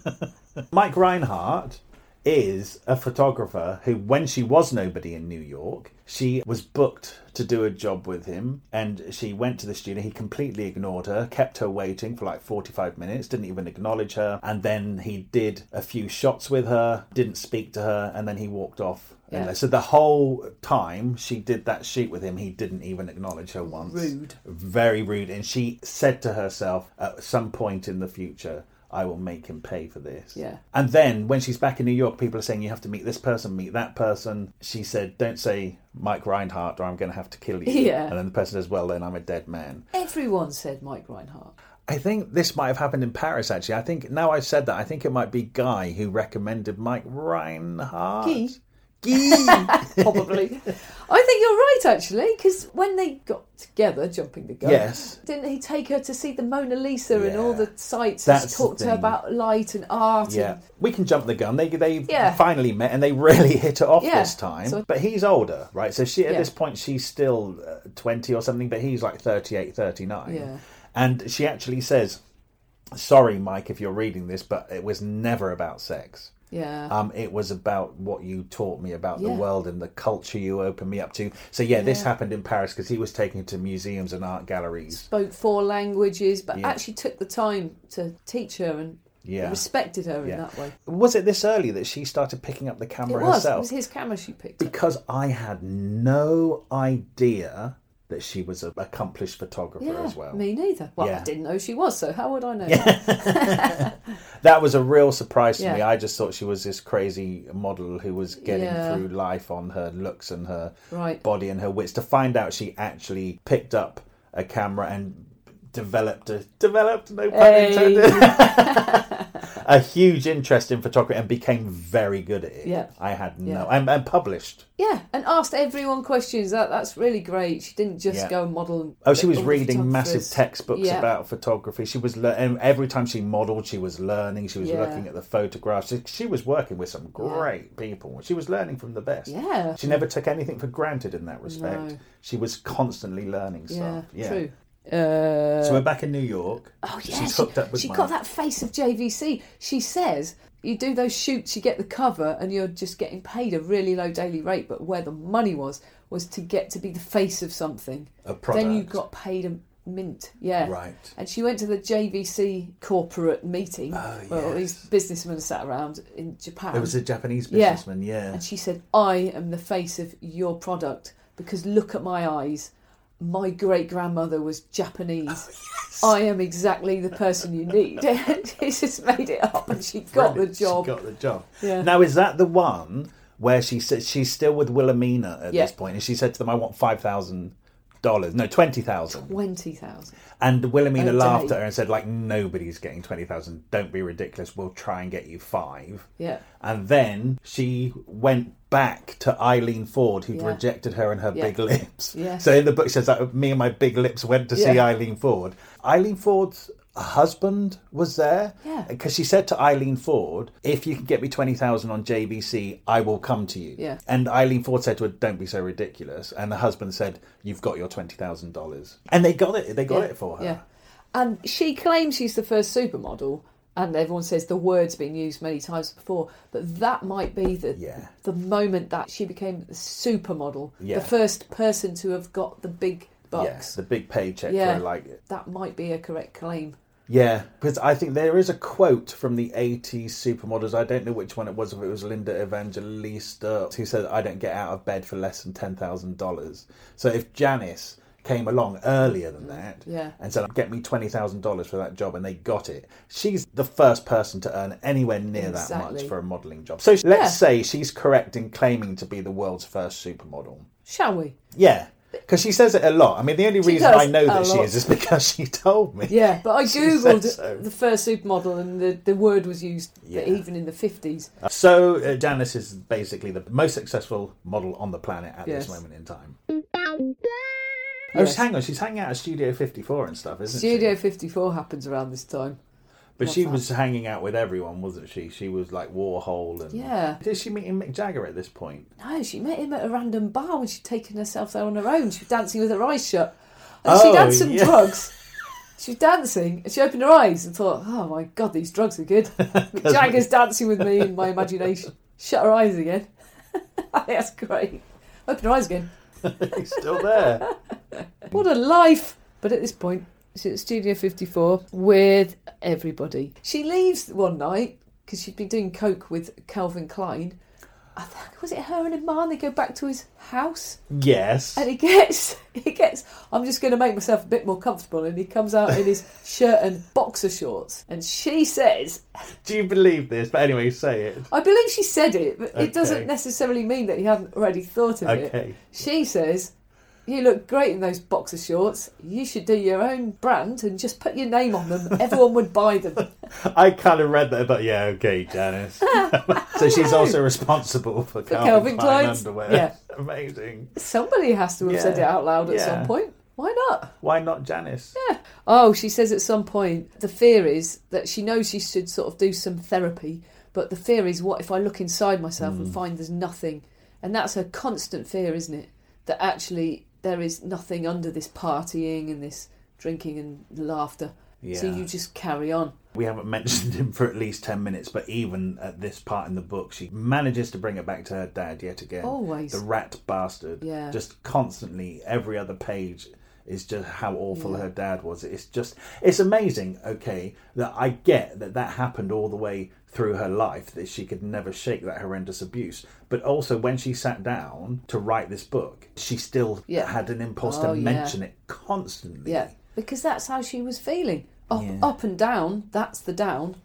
Mike Reinhardt is a photographer who, when she was nobody in New York, she was booked to do a job with him and she went to the studio. He completely ignored her, kept her waiting for like 45 minutes, didn't even acknowledge her. And then he did a few shots with her, didn't speak to her, and then he walked off. And
Yeah.
So the whole time she did that shoot with him, he didn't even acknowledge her once.
Rude.
Very rude. And she said to herself, at some point in the future, I will make him pay for this.
Yeah.
And then when she's back in New York, people are saying you have to meet this person, meet that person. She said, "Don't say Mike Reinhardt, or I'm going to have to kill you."
Yeah.
And then the person says, "Well, then I'm a dead man."
Everyone said Mike Reinhardt.
I think this might have happened in Paris. Actually, I think now I've said that, I think it might be Guy who recommended Mike Reinhardt.
Guy.
Guy.
Probably. I think you're right, actually, because when they got together, jumping the gun,
yes.
didn't he take her to see the Mona Lisa and
Yeah.
all the sights and
That's the
talk to her
thing.
about light and art and
Yeah, we can jump the gun. They they
Yeah.
finally met and they really hit it off
Yeah.
this time.
So-
but he's older, right? So she at
Yeah.
this point she's still uh, 20 or something, but he's like 38, 39.
Yeah.
And she actually says, "Sorry, Mike, if you're reading this, but it was never about sex."
Yeah.
Um, it was about what you taught me about the
Yeah.
world and the culture you opened me up to. So yeah, this happened in Paris because he was taken to museums and art galleries.
spoke four languages, but
Yeah.
actually took the time to teach her and
Yeah.
respected her in
Yeah.
that way.
Was it this early that she started picking up the
It
camera
was. It
herself?
was his camera she picked up.
because I had no idea that she was an accomplished photographer
Yeah,
as well.
me neither. Well,
Yeah.
I didn't know she was, so how would I know?
That was a real surprise to me.
Yeah.
I just thought she was this crazy model who was getting
Yeah.
through life on her looks and her
Right.
body and her wits. To find out she actually picked up a camera and developed a developed no pun
Hey.
intended a huge interest in photography and became very good at it.
Yeah.
I had no
Yeah.
and, and published.
yeah, and asked everyone questions. That that's really great. She didn't just
Yeah.
go and model. and-
Oh, she was
all the
reading massive
photographers.
textbooks
Yeah.
about photography. She was lear- and every time she modelled, she was learning. She was
Yeah.
looking at the photographs. She, she was working with some great people. She was learning from the best.
Yeah.
She never took anything for granted in that respect.
No.
She was constantly learning
Yeah,
stuff. Yeah.
true. Uh,
So we're back in New York.
oh yeah,
She's
she,
hooked up with
she
Mike.
got that face of JVC. She says you do those shoots, you get the cover, and you're just getting paid a really low daily rate. But where the money was was to get to be the face of something.
A product.
Then you got paid a mint. Yeah.
Right.
And she went to the JVC corporate meeting where all these businessmen sat around in Japan.
There Oh, was a Japanese
Um, Yeah.
businessman. Yeah.
And she said, I am the face of your product because look at my eyes. My great grandmother was
Oh,
Japanese. I am exactly the person you need. And she just made it up and she got the
Brilliant. She
job.
got the job.
Yeah.
Now is that the one where she said she's still with Wilhelmina at
Yeah.
this point, and she said to them, "I want five thousand dollars, no, twenty thousand.
Twenty thousand.
And Wilhelmina
Oh, day.
laughed at her and said, like, nobody's getting twenty thousand. Don't be ridiculous. We'll try and get you five.
Yeah.
And then she went back to Eileen Ford, who'd
Yeah.
rejected her and her
Yeah.
big lips.
Yes.
So in the book, she says that me and my big lips went to see
Yeah.
Eileen Ford. Eileen Ford's husband was there.
Yeah.
Because she said to Eileen Ford, if you can get me 20,000 on JBC, I will come to you.
Yeah.
And Eileen Ford said to her, don't be so ridiculous. And the husband said, you've got your $20,000. And they got it. They got it for her.
Yeah. And she claims she's the first supermodel, and everyone says the word's been used many times before, but that might be the
Yeah.
the moment that she became the supermodel,
Yeah.
the first person to have got the big
Yes,
bucks.
the big paycheck
Yeah.
for like
That might be a correct claim.
Yeah, because I think there is a quote from the 80s supermodels. I don't know which one it was, if it was Linda Evangelista, who said, I don't get out of bed for less than $10,000. So if Janice came along earlier than that
Mm. Yeah.
and said, Get me $20,000 for that job, and they got it, she's the first person to earn anywhere near that much
Exactly.
for a modelling job. So let's
Yeah.
say she's correct in claiming to be the world's first supermodel.
Shall we?
Yeah. Because she says it a lot. I mean, the only reason
does
I know
a
that she
lot.
is is because she told me.
Yeah, but I
She
googled
said so.
the first supermodel, and the, the word was used
Yeah.
even in the fifties.
So uh, Janice is basically the most successful model on the planet at
Yes.
this moment in time. Oh, she's hang on, she's hanging out at Studio 54 and stuff, isn't
Studio
she?
Fifty Four happens around this time.
But she
What's
was hanging out with everyone, wasn't she? She was like Warhol and
Yeah.
Did she meet Mick Jagger at this point?
No, she met him at a random bar when she'd taken herself there on her own. She was dancing with her eyes shut. And she'd
Oh,
had some
yeah.
drugs. She was dancing and she opened her eyes and thought, oh my god, these drugs are good. Mick Jagger's dancing with me in my imagination. Shut her eyes again. That's great. Open her eyes again.
He's still there.
What a life! But at this point, she's at Studio 54 with everybody. She leaves one night because she'd been doing coke with Calvin Klein. I think, was it her and her man? They go back to his house.
yes.
And he gets, he gets. I'm just going to make myself a bit more comfortable, and he comes out in his shirt and boxer shorts. And she says,
Do you believe this? But anyway, say it.
I believe she said it, but
Okay.
it doesn't necessarily mean that he hadn't already thought of it.
Okay.
She says, "You look great in those boxer shorts. You should do your own brand and just put your name on them. Everyone would buy them."
I kind of read that, but yeah, okay, Janice. so she's also responsible for, Calvin,
Calvin
Klein
Klein's-
underwear.
yeah.
Amazing.
Somebody has to have said it
Yeah.
out loud at
Yeah.
some point. Why not?
Why not Janice?
Oh, she says at some point the fear is that she knows she should sort of do some therapy, but the fear is what if I look inside myself
Hmm.
and find there's nothing? And that's her constant fear, isn't it? That actually there is nothing under this partying and this drinking and laughter. So
Yeah.
you just carry on.
We haven't mentioned him for at least 10 minutes, but even at this part in the book, she manages to bring it back to her dad yet again.
Always.
The rat bastard.
Oh, Yeah.
Just constantly, every other page is just how awful her dad was. It's just, it's amazing, okay, that I get that that happened all the way through her life, that she could never shake that horrendous abuse. But also, when she sat down to write this book, she still
Yeah.
had an impulse
Oh,
to
yeah.
mention it constantly.
Yeah. Because that's how she was feeling. Up
Yeah.
up and down, that's the down.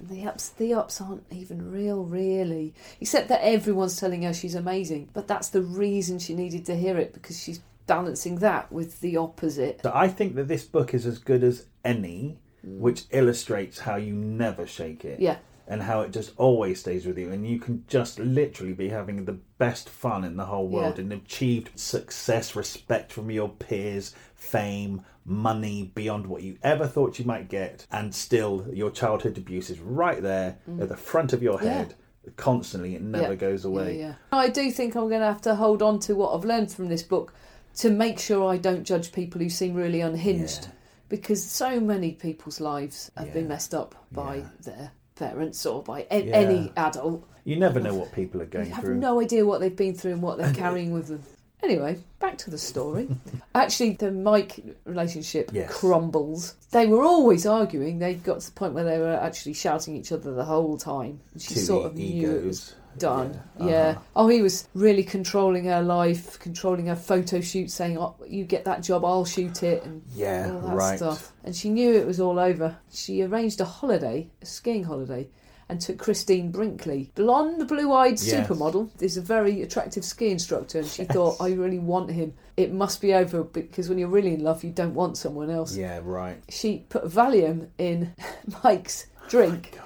And the ups the ups aren't even real really. Except that everyone's telling her she's amazing. But that's the reason she needed to hear it because she's balancing that with the opposite.
So I think that this book is as good as any, which illustrates how you never shake it.
Mm. Yeah.
And how it just always stays with you, and you can just literally be having the best fun in the whole world
Yeah.
and achieved success, respect from your peers, fame, money beyond what you ever thought you might get, and still your childhood abuse is right there at the front of your head constantly. It never
Mm. Yeah.
goes away.
Yeah, yeah. I do think I'm going to have to hold on to what I've learned from this book to make sure I don't judge people who seem really unhinged
Yeah.
because so many people's lives have been
Yeah.
messed up by
Yeah.
their parents or by a- any adult.
You never know what people are going
You have
through.
no idea what they've been through and what they're carrying with them. Anyway, back to the story. Actually, the Mike relationship
Yes.
crumbles. They were always arguing. They got to the point where they were actually shouting at each other the whole time. And she
To
sort
the
of knew it was
egos.
done.
Yeah. Uh-huh.
Yeah. Oh, he was really controlling her life, controlling her photo shoot, saying, "Oh, you get that job, I'll shoot it," and
Yeah,
all that
right.
stuff. And she knew it was all over. She arranged a holiday, a skiing holiday, and took Christine Brinkley, blonde, blue eyed
Yes.
supermodel. There's a very attractive ski instructor, and she thought, I really want him. It must be over because when you're really in love, you don't want someone else.
Yeah, right.
She put Valium in Mike's
Oh
drink.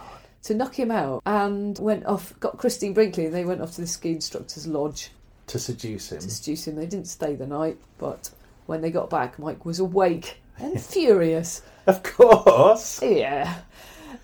to knock him out and went off, got Christine Brinkley, and they went off to the ski instructor's lodge
To seduce him.
to seduce him. They didn't stay the night, but when they got back, Mike was awake and furious.
Of course.
Yeah.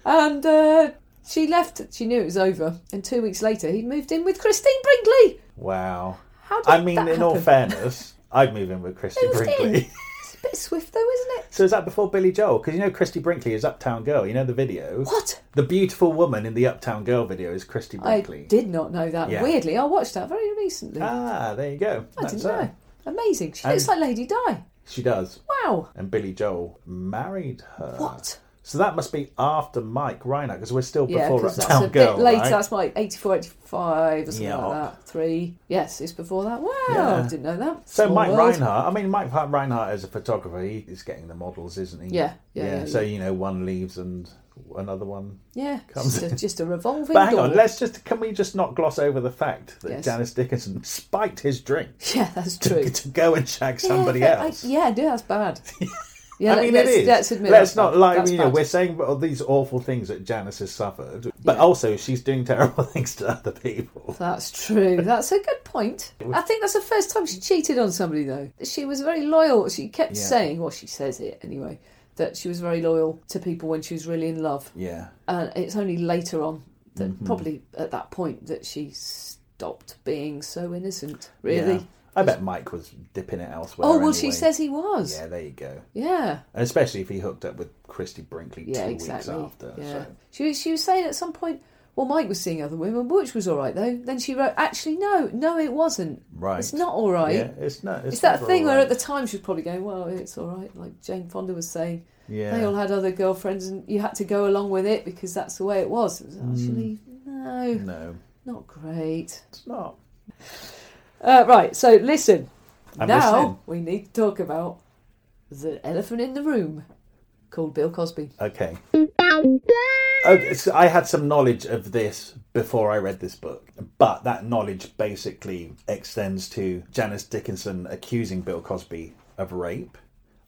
And uh, she left. She knew it was over. And two weeks later, he'd moved in with Christine Brinkley.
Wow.
How did
I mean, in
that
all
happen?
fairness, I'd move in with Christy
Who's
Brinkley.
It's a bit swift, though, isn't it?
so is that before Billy Joel? Because you know Christy Brinkley is Uptown Girl. You know the video.
What?
The beautiful woman in the Uptown Girl video is Christy Brinkley.
I did not know that.
Yeah.
Weirdly, I watched that very recently.
Ah, there you go.
I
That's
didn't
her.
know. Amazing. She looks like Lady Di.
She does.
Wow.
And Billy Joel married her.
What?
So that must be after Mike Reinhardt, because we're still
Yeah,
before
'cause that's
Uptown
a
Girl,
bit later.
right?
That's like 84, 85 or something
Yeah.
like that. Three. Yes, it's before that. Wow,
Yeah.
didn't know that.
So
Small
Mike
world.
Reinhardt, I mean Mike Reinhardt is a photographer. He is getting the models, isn't he?
Yeah, yeah, yeah,
so
yeah.
you know, one leaves and another one.
Yeah,
comes
just a,
in.
just a revolving
But hang
door.
on, let's just can we just not gloss over the fact that
Yes.
Janice Dickinson spiked his drink
Yeah, that's true.
to, to go and shag somebody
yeah, but I-
else.
yeah, no, that's bad. Yeah,
I mean,
let's,
it is.
Let's admit.
Let's
that's
not
bad.
lie.
That's
You know,
bad.
we're saying all these awful things that Janice has suffered, but
Yeah.
also she's doing terrible things to other people.
That's true. That's a good point. I think that's the first time she cheated on somebody, though. She was very loyal. She kept
Yeah.
saying, well, she says it anyway, that she was very loyal to people when she was really in love.
Yeah,
And it's only later on that,
Mm-hmm.
probably at that point, that she stopped being so innocent, really.
Yeah. I bet Mike was dipping it elsewhere.
Oh, well, she
anyway.
says he was.
Yeah, there you go.
yeah.
And especially if he hooked up with Christy Brinkley
Yeah,
two
exactly.
weeks after.
yeah.
So.
She was she was saying at some point, well, Mike was seeing other women, which was all right though. Then she wrote, actually, no, no, it wasn't.
Right.
It's not all right.
Yeah, it's not. It's,
It's that
never
thing
all
where
right.
at the time she was probably going, well, it's all right. Like Jane Fonda was saying,
yeah.
they all had other girlfriends, and you had to go along with it because that's the way it was. It was actually
Mm.
no,
No,
not great.
it's not.
Uh, right. So listen.
I'm
now
listening.
we need to talk about the elephant in the room called Bill Cosby.
Okay. Okay, so I had some knowledge of this before I read this book, but that knowledge basically extends to Janice Dickinson accusing Bill Cosby of rape,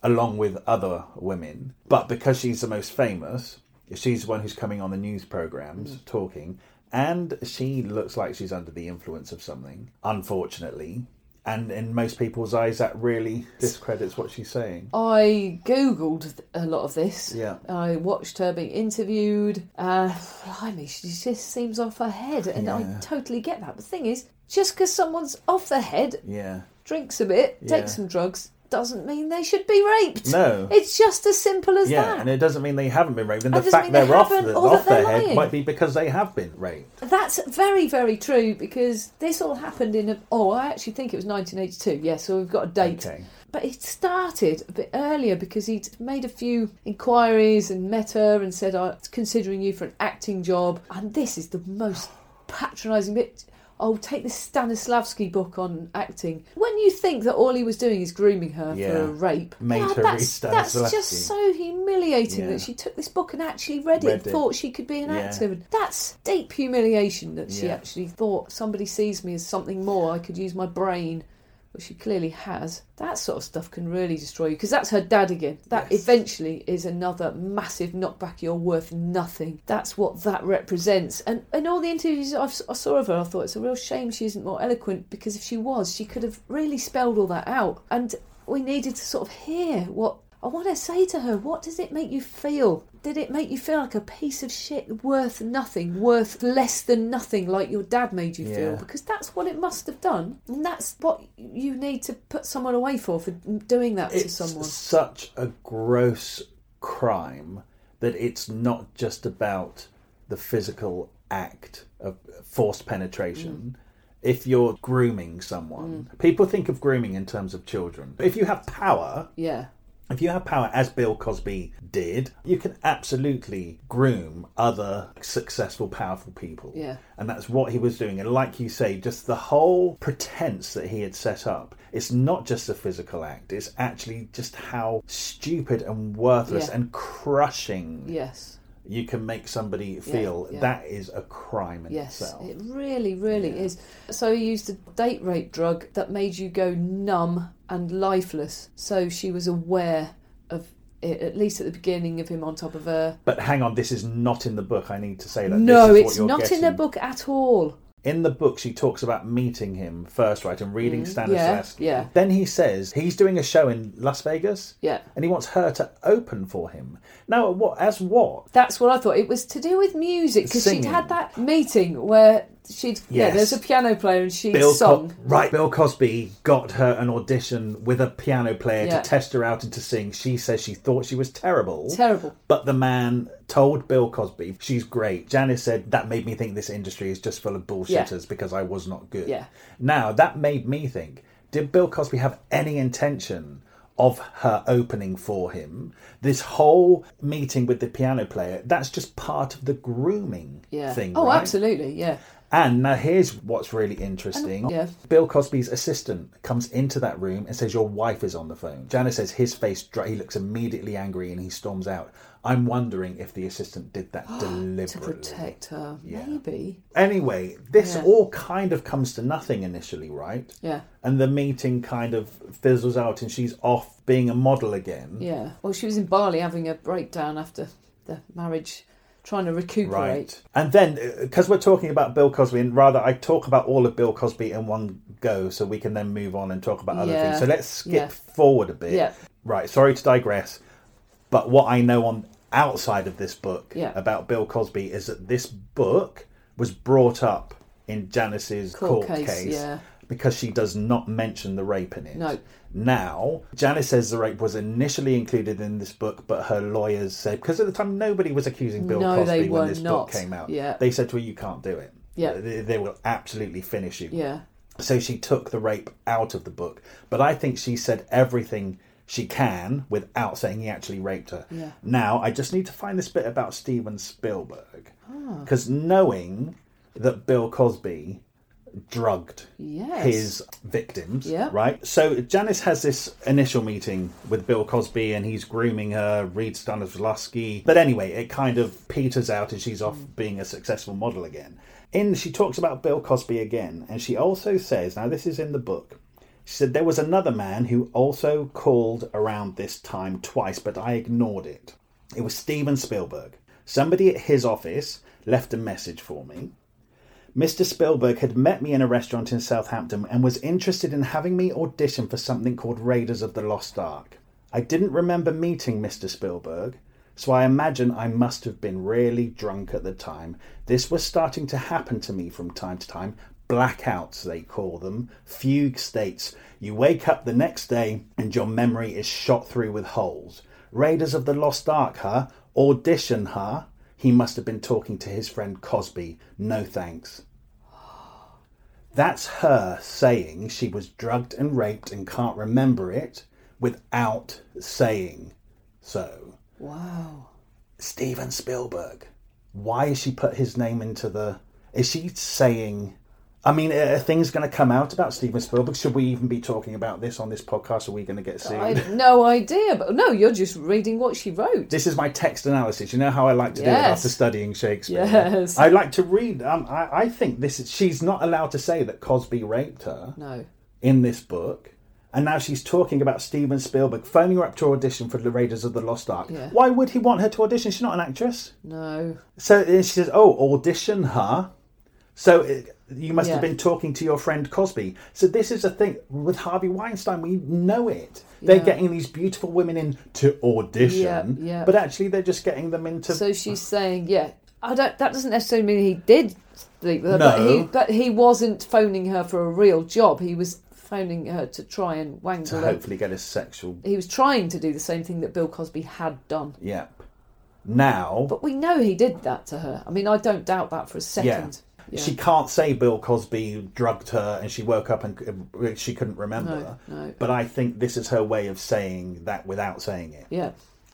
along with other women. But because she's the most famous, she's the one who's coming on the news programs talking, and she looks like she's under the influence of something, unfortunately. And in most people's eyes, that really discredits what she's saying.
I googled th- a lot of this.
Yeah.
I watched her being interviewed. Uh, blimey, she just seems off her head, and I
Yeah.
totally get that. The thing is, just because someone's off their head,
Yeah.
drinks a bit,
Yeah.
takes some drugs, doesn't mean they should be raped.
No.
It's just as simple as
Yeah,
that. Oh,
and it doesn't mean they haven't been raped. And the
doesn't
fact
mean they
they're off,
haven't
the,
or that
off their
they're
head
lying.
might be because they have been raped.
That's very, very true because this all happened in a. Oh, I actually think it was 1982. Yeah, so we've got a date.
Okay.
But it started a bit earlier because he'd made a few inquiries and met her and said, I'm considering you for an acting job. And this is the most patronising bit. Oh, take this Stanislavski book on acting. When you think that all he was doing is grooming her for
Yeah.
a rape,
Made her read
that's, that's
Stanislavski.
just so humiliating
Yeah.
that she took this book and actually read,
Read
it,
it.
thought she could be an
Yeah.
actor. That's deep humiliation that she
Yeah.
actually thought somebody sees me as something more. I could use my brain which she clearly has, that sort of stuff can really destroy you because that's her dad again. That
Yes.
eventually is another massive knockback. You're worth nothing. That's what that represents. And in all the interviews I've, I saw of her, I thought it's a real shame she isn't more eloquent because if she was, she could have really spelled all that out. And we needed to sort of hear what. I want to say to her, what does it make you feel? Did it make you feel like a piece of shit worth nothing, worth less than nothing, like your dad made you feel?
Yeah.
because that's what it must have done, and that's what you need to put someone away for for doing that to
It's
someone.
such a gross crime that it's not just about the physical act of forced penetration.
Mm.
If you're grooming someone, people think of grooming in terms of children. If you have power,
Yeah,
If you have power, as Bill Cosby did, you can absolutely groom other successful, powerful people.
Yeah.
And that's what he was doing. And like you say, just the whole pretense that he had set up, it's not just a physical act, it's actually just how stupid and worthless
Yeah.
and crushing
yes,
you can make somebody feel
yeah.
that is a crime in
Yes,
itself.
it really, really is. So he used a date rape drug that made you go numb and lifeless. So she was aware of it, at least at the beginning of him on top of her.
But hang on, this is not in the book. I need to say that. This
No,
is what
it's
you're
not in the
getting.
book at all.
In the book, she talks about meeting him first, right, and reading Stanislas.
Mm. yeah.
Then he says he's doing a show in Las Vegas.
Yeah.
And he wants her to open for him. Now, what? As what?
That's what I thought. It was to do with music because she'd
Singing.
had that meeting where she'd yeah,
Yes.
there's a piano player and she'd
Bill
sung.
Co- right, Bill Cosby got her an audition with a piano player
Yeah.
to test her out and to sing. She says she thought she was terrible.
Terrible.
But the man told Bill Cosby, she's great. Janice said, that made me think this industry is just full of bullshitters because I was not good.
Yeah.
Now, that made me think, did Bill Cosby have any intention of her opening for him? This whole meeting with the piano player, that's just part of the grooming
Yeah.
thing.
oh,
right?
absolutely. Yeah.
And now here's what's really interesting.
Yeah.
Bill Cosby's assistant comes into that room and says, Your wife is on the phone. Janice says his face, dry, he looks immediately angry and he storms out. I'm wondering if the assistant did that
To
deliberately.
protect her, maybe.
Anyway, this
Yeah.
all kind of comes to nothing initially, right?
Yeah.
And the meeting kind of fizzles out and she's off being a model again.
Yeah. Well, she was in Bali having a breakdown after the marriage, trying to recuperate.
Right. And then, because we're talking about Bill Cosby, and rather I talk about all of Bill Cosby in one go so we can then move on and talk about other
Yeah.
things. So let's skip
Yeah.
forward a bit.
Yeah.
Right. Sorry to digress. But what I know on outside of this book
Yeah.
about Bill Cosby is that this book was brought up in Janice's court,
Court case,
case.
yeah.
Because she does not mention the rape in it.
No.
Now, Janice says the rape was initially included in this book, but her lawyers said because at the time nobody was accusing Bill
No,
Cosby
they were
when this
not.
book came out.
Yeah.
They said to her, "You can't do it.
Yeah.
They, they will absolutely finish you."
Yeah.
So she took the rape out of the book, but I think she said everything she can without saying he actually raped her.
Yeah.
Now I just need to find this bit about Steven Spielberg
Ah.
because knowing that Bill Cosby drugged
Yes.
his victims,
Yeah.
right? So Janice has this initial meeting with Bill Cosby and he's grooming her, Reed Stanislavski. But anyway, it kind of peters out and she's off being a successful model again. In she talks about Bill Cosby again and she also says, now this is in the book. She said there was another man who also called around this time twice, but I ignored it. It was Steven Spielberg. Somebody at his office left a message for me. Mr. Spielberg had met me in a restaurant in Southampton and was interested in having me audition for something called Raiders of the Lost Ark. I didn't remember meeting Mr. Spielberg, so I imagine I must have been really drunk at the time. This was starting to happen to me from time to time. Blackouts, they call them, fugue states. You wake up the next day and your memory is shot through with holes. Raiders of the Lost Ark, huh? Audition, huh? He must have been talking to his friend Cosby. No thanks. That's her saying she was drugged and raped and can't remember it without saying so.
Wow.
Steven Spielberg. Why has she put his name into the. Is she saying. I mean, are things going to come out about Steven Spielberg? Should we even be talking about this on this podcast? Are we going to get sued?
I had no idea, but no, you're just reading what she wrote.
this is my text analysis. You know how I like to do it
Yes.
after studying Shakespeare.
Yes.
I like to read. Um, I, I think this is. She's not allowed to say that Cosby raped her
No.
in this book, and now she's talking about Steven Spielberg phoning her up to audition for the Raiders of the Lost Ark.
Yeah.
Why would he want her to audition? She's not an actress.
No.
So then she says, "Oh, audition her." So it, you must have
Yeah.
been talking to your friend Cosby. So this is a thing with Harvey Weinstein. We know it.
Yeah.
They're getting these beautiful women in to audition,
Yeah, yeah.
but actually they're just getting them into.
So she's saying, yeah, I don't. That doesn't necessarily mean he did sleep with her, but
No.
he, but he wasn't phoning her for a real job. He was phoning her to try and
to
wangle her.
hopefully get a sexual.
He was trying to do the same thing that Bill Cosby had done.
Yeah. Now,
But we know he did that to her. I mean, I don't doubt that for a
yeah.
second. Yeah.
She can't say Bill Cosby drugged her and she woke up and uh, she couldn't remember.
No, no.
But I think this is her way of saying that without saying it.
Yeah.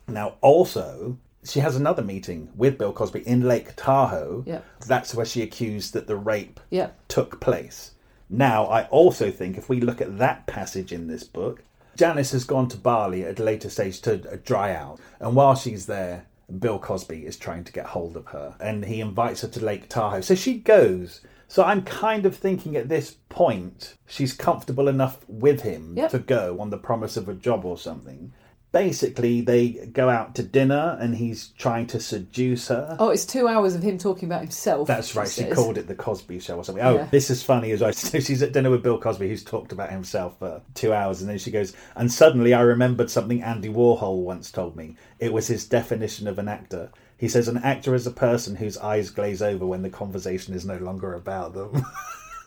Now, also, she has another meeting with Bill Cosby in Lake Tahoe.
Yeah.
That's where she accused that the rape
Yeah.
took place. Now, I also think if we look at that passage in this uh, book, Janice has gone to Bali at a later stage to dry out. And while she's there, Bill Cosby is trying to get hold of her and he invites her to Lake Tahoe. So she goes. So I'm kind of thinking at this point, she's comfortable enough with him
Yep.
to go on the promise of a job or something. Basically, they go out to dinner and he's trying to seduce her.
Oh, it's two hours of him talking about himself.
That's right. She
says.
called it the Cosby Show or something. Oh,
Yeah.
this is funny as I. So she's at dinner with Bill Cosby, who's talked about himself for two hours, and then she goes, and suddenly I remembered something Andy Warhol once told me. It was his definition of an actor. He says an actor is a person whose eyes glaze over when the conversation is no longer about them.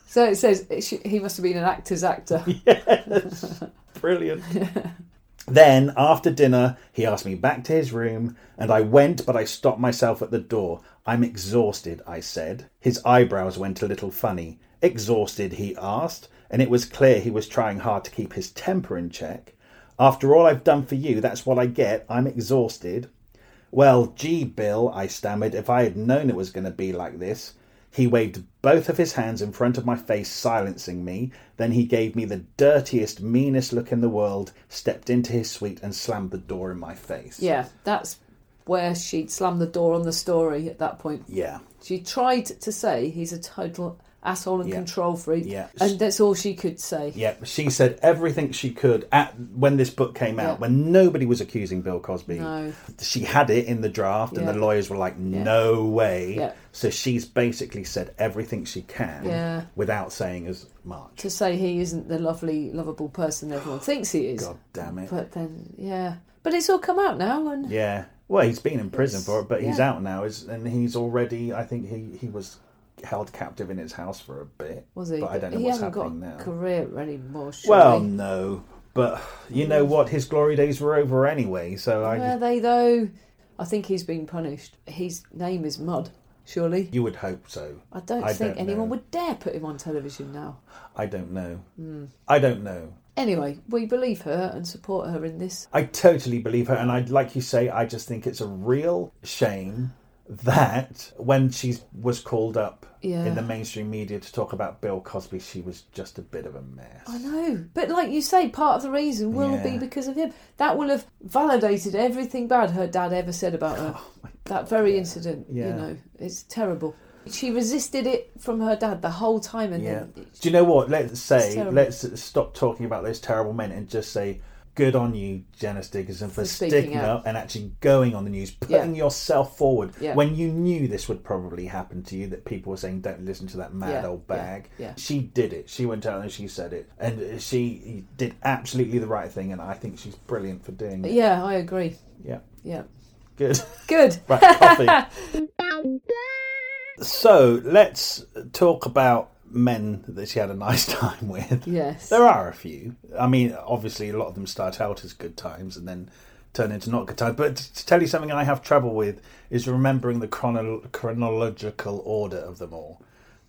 So it says it sh- he must have been an actor's actor.
Brilliant. Then, after dinner, he asked me back to his room, and I went, but I stopped myself at the door. I'm exhausted, I said. His eyebrows went a little funny. Exhausted, he asked, and it was clear he was trying hard to keep his temper in check. After all I've done for you, that's what I get. I'm exhausted. Well, gee, Bill, I stammered, if I had known it was going to be like this. He waved both of his hands in front of my face, silencing me. Then he gave me the dirtiest, meanest look in the world, stepped into his suite, and slammed the door in my face.
yeah, that's where she'd slammed the door on the story at that point.
Yeah.
She tried to say he's a total asshole and
Yeah.
control freak,
Yeah.
and that's all she could say.
Yeah, she said everything she could at when this book came out,
Yeah.
when nobody was accusing Bill Cosby.
No.
She had it in the draft, and
Yeah.
the lawyers were like, "No way!"
Yeah.
So she's basically said everything she can
Yeah.
without saying as much.
To say he isn't the lovely, lovable person everyone thinks he is.
God damn it!
But then, yeah, but it's all come out now, and
Yeah. Well, he's been in prison
It's-
for it, but he's
yeah.
out now, is and he's already. I think he he was held captive in his house for a bit.
was he?
But I don't know
he
what's
hasn't
happening
got
now.
a career anymore. Surely.
well, no, but you know what? His glory days were over anyway. So I,
were they though? I think he's been punished. His name is Mud. Surely,
you would hope so.
I don't
I
think
don't
anyone
know.
would dare put him on television now.
I don't know.
Hmm.
I don't know.
Anyway, we believe her and support her in this.
I totally believe her, and I like you say, I just think it's a real shame that when she was called up
Yeah.
in the mainstream media to talk about Bill Cosby, she was just a bit of a mess.
I know, but like you say, part of the reason will
Yeah.
be because of him. That will have validated everything bad her dad ever said about her. that very incident, you
Oh Yeah.
know, it's terrible. She resisted it from her dad the whole time, and
Yeah.
then
Do you know what? Let's
It's
say
terrible.
let's stop talking about those terrible men and just say, "Good on you, Janice Dickinson, for,
For speaking
sticking
out.
up and actually going on the news, putting yourself forward
Yeah.
when you knew this would probably happen to you." That people were saying, "Don't listen to that mad
Yeah,
old
yeah,
bag."
yeah.
She did it. She went out and she said it, and uh, she did absolutely the right thing. And I think she's brilliant for doing it.
yeah, I agree.
Yeah,
Yeah,
good.
good.
right, coffee. so let's talk about men that she had a nice time with.
Yes.
There are a few. I mean, obviously, a lot of them start out as good times and then turn into not good times. But to tell you something I have trouble with is remembering the chrono- chronological order of them all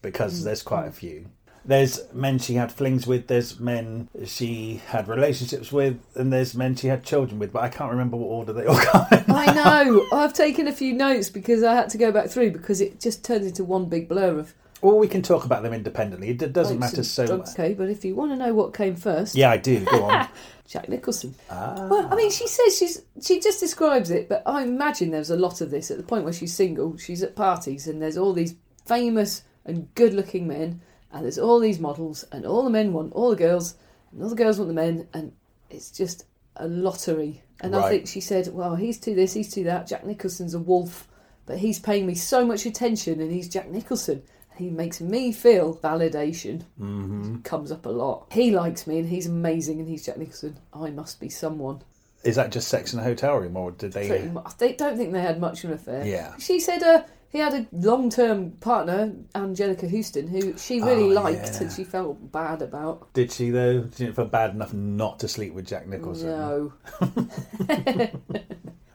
because there's quite
Mm-hmm.
a few. There's men she had flings with, there's men she had relationships with, and there's men she had children with, but I can't remember what order they all come in.
I know. I've taken a few notes because I had to go back through because it just turns into one big blur of
Or we can talk about them independently. It d- doesn't
Drugs
matter
and
so
drugs.
much.
Okay, but if you want to know what came first,
Yeah, I do. Go on. Ah.
Jack Nicholson. Well, I mean, she says she's she just describes it, but I imagine there's a lot of this at the point where she's single. She's at parties, and there's all these famous and good-looking men, and there's all these models, and all the men want all the girls, and all the girls want the men, and it's just a lottery. And I
Right.
think she said, "Well, he's to this, he's to that. Jack Nicholson's a wolf, but he's paying me so much attention, and he's Jack Nicholson." He makes me feel validation
Mm-hmm.
comes up a lot. He likes me and he's amazing and he's Jack Nicholson. I must be someone.
Is that just sex in a hotel room, or did they?
Pretty mu- They don't think they had much of an affair.
Yeah.
She said uh, he had a long term partner, Angelica Houston, who she really
Oh,
liked
yeah.
and she felt bad about.
Did she though? Did it feel bad enough not to sleep with Jack Nicholson?
No.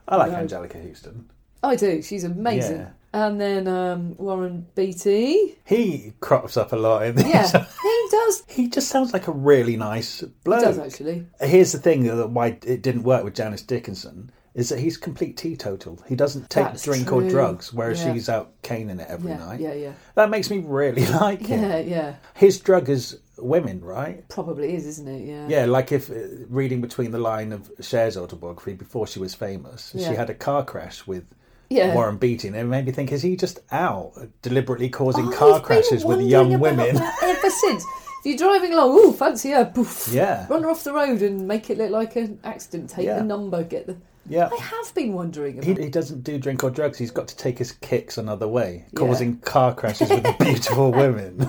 I like
No.
Angelica Houston.
I do. She's amazing.
Yeah.
And then um, Warren Beatty.
He crops up a lot in this.
Yeah, he does.
He just sounds like a really nice bloke.
He does actually.
Here's the thing that why it didn't work with Janice Dickinson is that he's complete teetotal. He doesn't take
That's
drink or
true.
drugs, whereas
Yeah.
she's out caning it every
Yeah,
night.
yeah, yeah.
That makes me really like him.
Yeah, yeah.
His drug is women, right?
Probably is, isn't it? Yeah.
Yeah, like if uh, reading between the line of Cher's autobiography before she was famous,
Yeah.
she had a car crash with
Yeah.
Warren Beatty, and it made me think: Is he just out uh, deliberately causing
I've
car
Oh, been
crashes with
wondering
young
about
women?
that ever since. If you're driving along, ooh, fancy her, poof.
Yeah.
Run her off the road and make it look like an accident. Take
Yeah.
the number, get the.
Yeah,
I have been wondering
he,
about.
he doesn't do drink or drugs. He's got to take his kicks another way,
Yeah.
causing car crashes with beautiful women.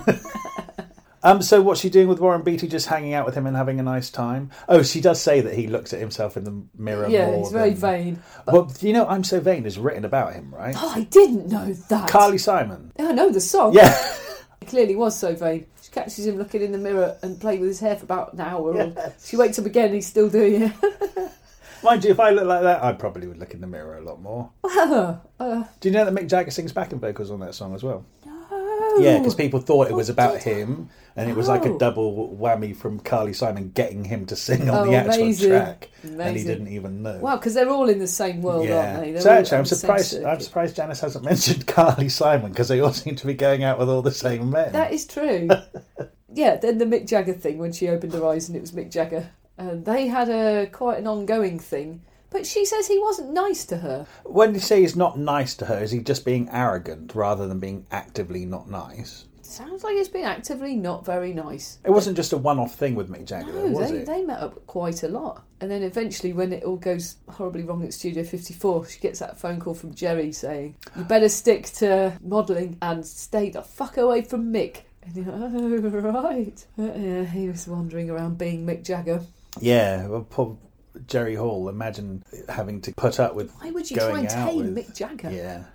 um, so what's she doing with Warren Beatty? Just hanging out with him and having a nice time. Oh, she does say that he looks at himself in the mirror.
Yeah,
more
he's very
than-
vain.
Well, you know, I'm so vain is written about him, right?
Oh, I didn't know that.
Carly Simon.
I know the song.
Yeah.
It clearly was so vain. She catches him looking in the mirror and playing with his hair for about an hour. Or
Yes.
she wakes up again and he's still doing it.
Mind you, if I look like that, I probably would look in the mirror a lot more.
uh,
Do you know that Mick Jagger sings backing vocals on that song as well?
no.
Yeah, because people thought it was
Oh,
about
did
him, and it was like a
Oh.
double whammy from Carly Simon getting him to sing on
Oh,
the actual
amazing.
track, and he
Amazing.
didn't even know.
Well, because they're all in the same world, aren't they?
yeah.
They're
So
all
actually,
on
I'm
the same
surprised.
circuit.
I'm surprised Janice hasn't mentioned Carly Simon because they all seem to be going out with all the same men.
That is true. yeah, then the Mick Jagger thing when she opened her eyes and it was Mick Jagger, and they had a quite an ongoing thing. But she says he wasn't nice to her.
when you say he's not nice to her, is he just being arrogant rather than being actively not nice?
Sounds like he's been actively not very nice.
It wasn't just a one-off thing with Mick Jagger, though,
No,
was
they,
it?
they met up quite a lot. And then eventually, when it all goes horribly wrong at Studio 54, she gets that phone call from Jerry saying, You better stick to modelling and stay the fuck away from Mick. And you're like, Oh, right. But, yeah, he was wandering around being Mick Jagger.
Yeah, well, poor Jerry Hall. Imagine having to put up with.
Why would you
going
try
out
and tame
with-
Mick Jagger?
Yeah,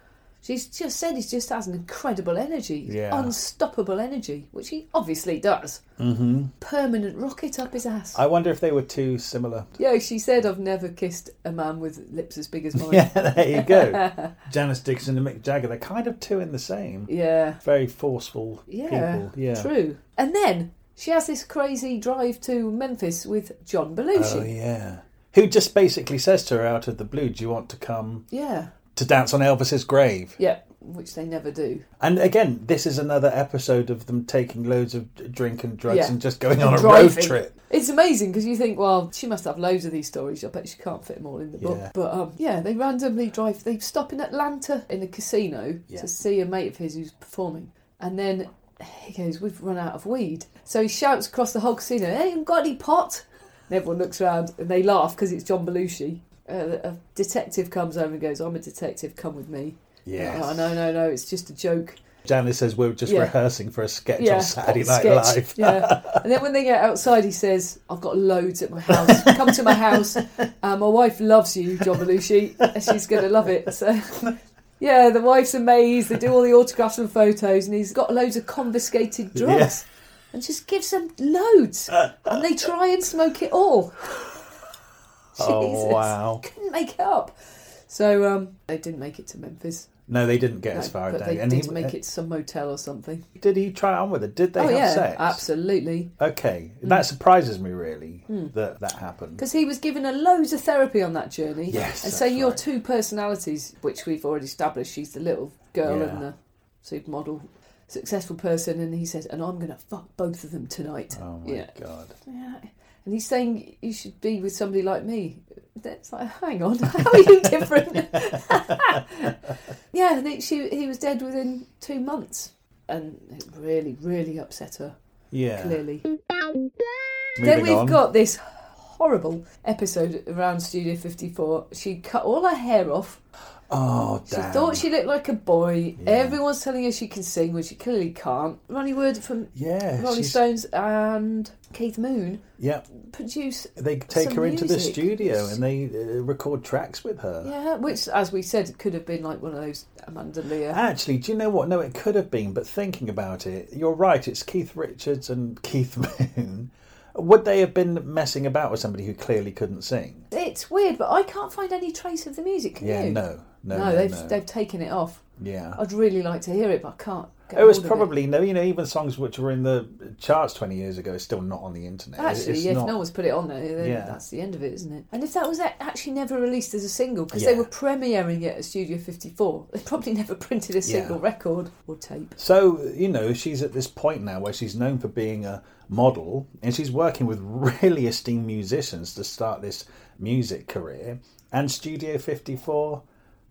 She's just said he just has an incredible energy,
Yeah.
unstoppable energy, which he obviously does.
hmm
Permanent rocket up his ass.
I wonder if they were too similar.
yeah, she said, I've never kissed a man with lips as big as mine.
Yeah, there you go. Janice Dixon and Mick Jagger. They're kind of two in the same.
Yeah.
Very forceful
Yeah,
people. Yeah.
True. And then she has this crazy drive to Memphis with John Belushi.
Oh yeah. Who just basically says to her out of the blue, "Do you want to come
yeah.
to dance on Elvis's grave?"
Yeah, which they never do.
And again, this is another episode of them taking loads of d- drink and drugs
Yeah.
and just going on a road
Driving. Oh,
trip.
It's amazing because you think, well, she must have loads of these stories. I bet she can't fit them all in the book.
Yeah.
But um, yeah, they randomly drive. They stop in Atlanta in a casino
Yeah.
to see a mate of his who's performing, and then he goes, "We've run out of weed." So he shouts across the whole casino, "Hey, you got any pot?" And everyone looks around and they laugh because it's John Belushi. Uh, a detective comes over and goes, "I'm a detective. Come with me."
Yeah.
Oh, no, no, no, it's just a joke.
Janice says we're just
Yeah.
rehearsing for a sketch
yeah.
on Saturday Night
sketch.
Live.
yeah. And then when they get outside, he says, I've got loads at my house. Come to my house. Uh, my wife loves you, John Belushi. and She's going to love it. So. Yeah, the wife's amazed. They do all the autographs and photos, and he's got loads of confiscated drugs, and just gives them loads. and they try and smoke it all.
Oh wow!
Couldn't make it up. So um, they didn't make it to Memphis.
No, they didn't get as
No,
far.
but
as
they
and
did
he,
make it to some motel or something.
Did he try on with it? Did they
oh
have
yeah, Hmm.
sex?
absolutely.
Okay, that surprises me really
Hmm.
that that happened.
Because he was given a loads of therapy on that journey.
Yes,
And so
that's
your
right.
two personalities, which we've already established, she's the little girl
Yeah.
and the supermodel, successful person, and he says, and I'm going to fuck both of them tonight.
Oh my
yeah.
god!
yeah. And he's saying, you should be with somebody like me. That's like, hang on, how are you different? yeah, and it, she, he was dead within two months. And it really, really upset her,
Yeah.
clearly.
Moving
then we've
on.
got this horrible episode around Studio 54. She cut all her hair off.
Oh
She
damn!
thought she looked like a boy.
Yeah.
Everyone's telling her she can sing when she clearly can't. Ronnie Wood from
yeah.
Rolling
she's-
Stones and Keith Moon
Yeah,
produce.
they take
Some
her into the
music.
studio and they uh, record tracks with her.
Yeah, which, as we said, could have been like one of those Amanda Lear.
Actually, do you know what? No, it could have been, but thinking about it, you're right. It's Keith Richards and Keith Moon. Would they have been messing about with somebody who clearly couldn't sing?
It's weird, but I can't find any trace of the music. Can
Yeah,
you?
no, no,
No,
no,
they've
no.
they've taken it off.
yeah.
I'd really like to hear it, but I can't. Get
It was
hold of
probably no, you know, even songs which were in the charts twenty years ago is still not on the internet. It-
Actually,
it's
if
not-
no one's put it on there, then
Yeah.
that's the end of it, isn't it? And if that was a- actually never released as a single, because they
Yeah.
were premiering it at Studio 54, they probably never printed a single
Yeah.
record or tape.
So you know, she's at this point now where she's known for being a model, and she's working with really esteemed musicians to start this music career. And Studio Fifty Four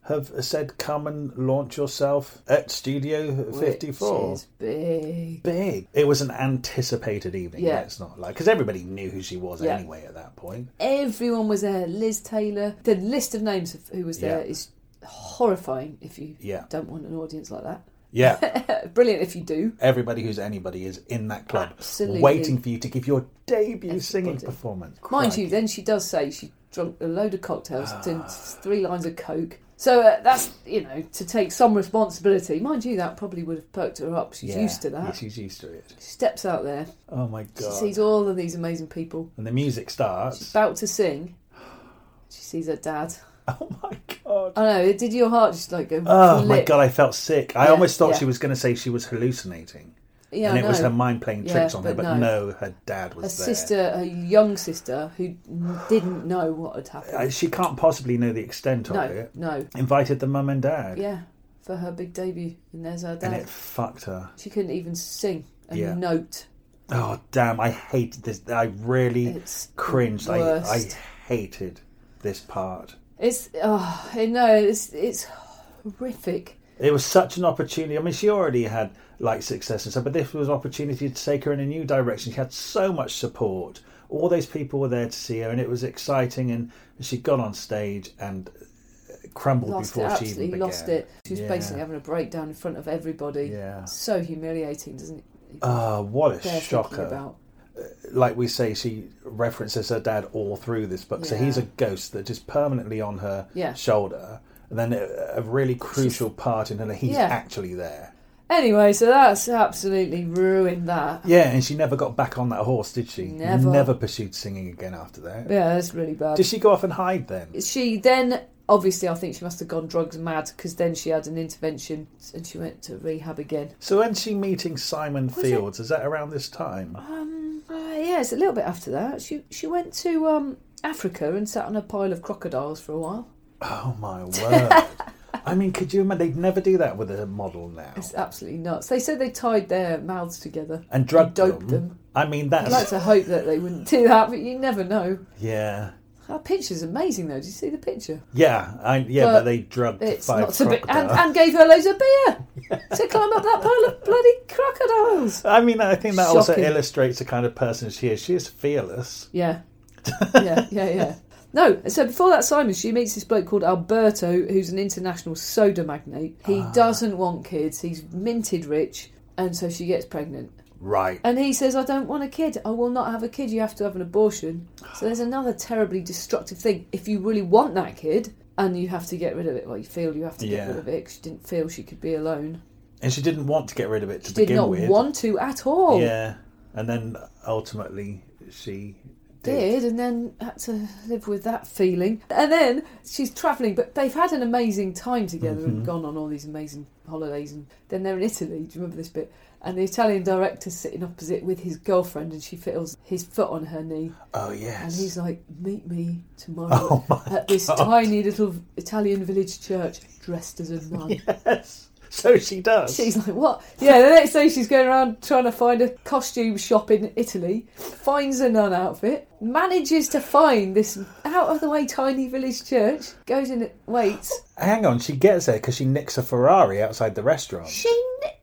have said, "Come and launch yourself at Studio 54."
Which is big.
Big. It was an anticipated evening.
Yeah.
Let's not like because everybody knew who she was
Yeah.
anyway at that point.
Everyone was there. Liz Taylor. The list of names of who was there
Yeah.
is horrifying if you
Yeah.
don't want an audience like that.
Yeah,
Brilliant if you do.
everybody who's anybody is in that club,
Absolutely.
waiting for you to give your debut singing
Everybody.
performance.
Mind
Crikey. Ah.
you, then she does say she drunk a load of cocktails, did three lines of coke. So uh, that's you know to take some responsibility. Mind you, that probably would have perked her up. She's
Yeah.
used to that.
Yeah, she's used to it.
She steps out there.
Oh my
She
god!
sees all of these amazing people.
And the music
She's
starts.
about to sing. She sees her dad.
Oh my god!
I know. It did your heart just like go?
Oh my
flip?
god! I felt sick. I
Yeah,
almost thought
yeah.
she was going to say she was hallucinating,
Yeah,
and
I
it was
know.
her mind playing
Yeah,
tricks on her.
but
But
no.
no, her dad
her
was there.
sister, her young sister, who didn't know what had
Uh,
happened.
She can't possibly know the extent of
No,
it.
no,
Invited the mum and dad,
yeah, for her big debut, and there's her
and
dad.
it fucked her.
She couldn't even sing a
Yeah.
note.
Oh damn! I hated this. I really
It's
cringed. I, I
worst.
hated this part.
It's oh, I know it's it's horrific.
It was such an opportunity. I mean, she already had like success and stuff, but this was an opportunity to take her in a new direction. She had so much support. All those people were there to see her, and it was exciting. And she got on stage and crumbled
Lost it,
before she even
absolutely
began.
lost it. She was
Yeah.
basically having a breakdown in front of everybody.
Yeah.
So humiliating, doesn't it?
Ah, what
Bear
a
thinking
shocker!
about.
Like we say, she references her dad all through this book, so
Yeah.
he's a ghost that is permanently on her
Yeah.
shoulder. And then a a really crucial part in her, that he's
Yeah.
actually there.
Anyway, so that's absolutely ruined that.
Yeah, and she never got back on that horse, did she?
Never.
pursued singing again after that.
Yeah, that's really bad.
Did she go off and hide then?
she then obviously I think she must have gone drugs mad because then she had an intervention and she went to rehab again.
So when's she meeting Simon
it-
Fields? Is that around this time?
Um, uh, yeah, it's a little bit after that. She she went to um, Africa and sat on a pile of crocodiles for a while.
Oh my word! I mean, could you imagine? They'd never do that with a model now.
It's absolutely nuts. They said they tied their mouths together.
And drug
doped
them.
them.
I mean,
I'd
that's
like to hope that they wouldn't do that, but you never know.
yeah,
Our picture's amazing, though. Did you see the picture?
yeah, I, yeah. But,
But
they drugged
It's
five
not so big. And,
crocodiles.
and gave her loads of beer to climb up that pile of bloody crocodiles.
I mean, I think that also
Shocking.
illustrates the kind of person she is. She is fearless.
Yeah. Yeah, yeah, yeah. No, so before that, Simon, she meets this bloke called Alberto, who's an international soda magnate. He doesn't want kids, he's minted rich, and so she gets pregnant.
Right.
And he says, I don't want a kid. I will not have a kid. You have to have an abortion. So there's another terribly destructive thing. If you really want that kid and you have to get rid of it, well, you feel you have to get
Yeah.
rid of it 'cause she didn't feel she could be alone.
And she didn't want to get rid of it to
She did
begin
not
with.
want to at all.
Yeah, and then ultimately she did.
Did and then had to live with that feeling. And then she's travelling, but they've had an amazing time together
Mm-hmm.
and gone on all these amazing holidays. And then they're in Italy. Do you remember this bit? And the Italian director's sitting opposite with his girlfriend, and she feels his foot on her knee.
Oh
And
yes.
he's like, meet me tomorrow
Oh my
at this
God.
tiny little Italian village church dressed as a nun.
yes. So she does.
She's like, what? Yeah, the next day she's going around trying to find a costume shop in Italy, finds a nun outfit, manages to find this out of the way tiny village church, goes in, and waits.
Hang on, she gets there because she nicks a Ferrari outside the restaurant.
She. Kn-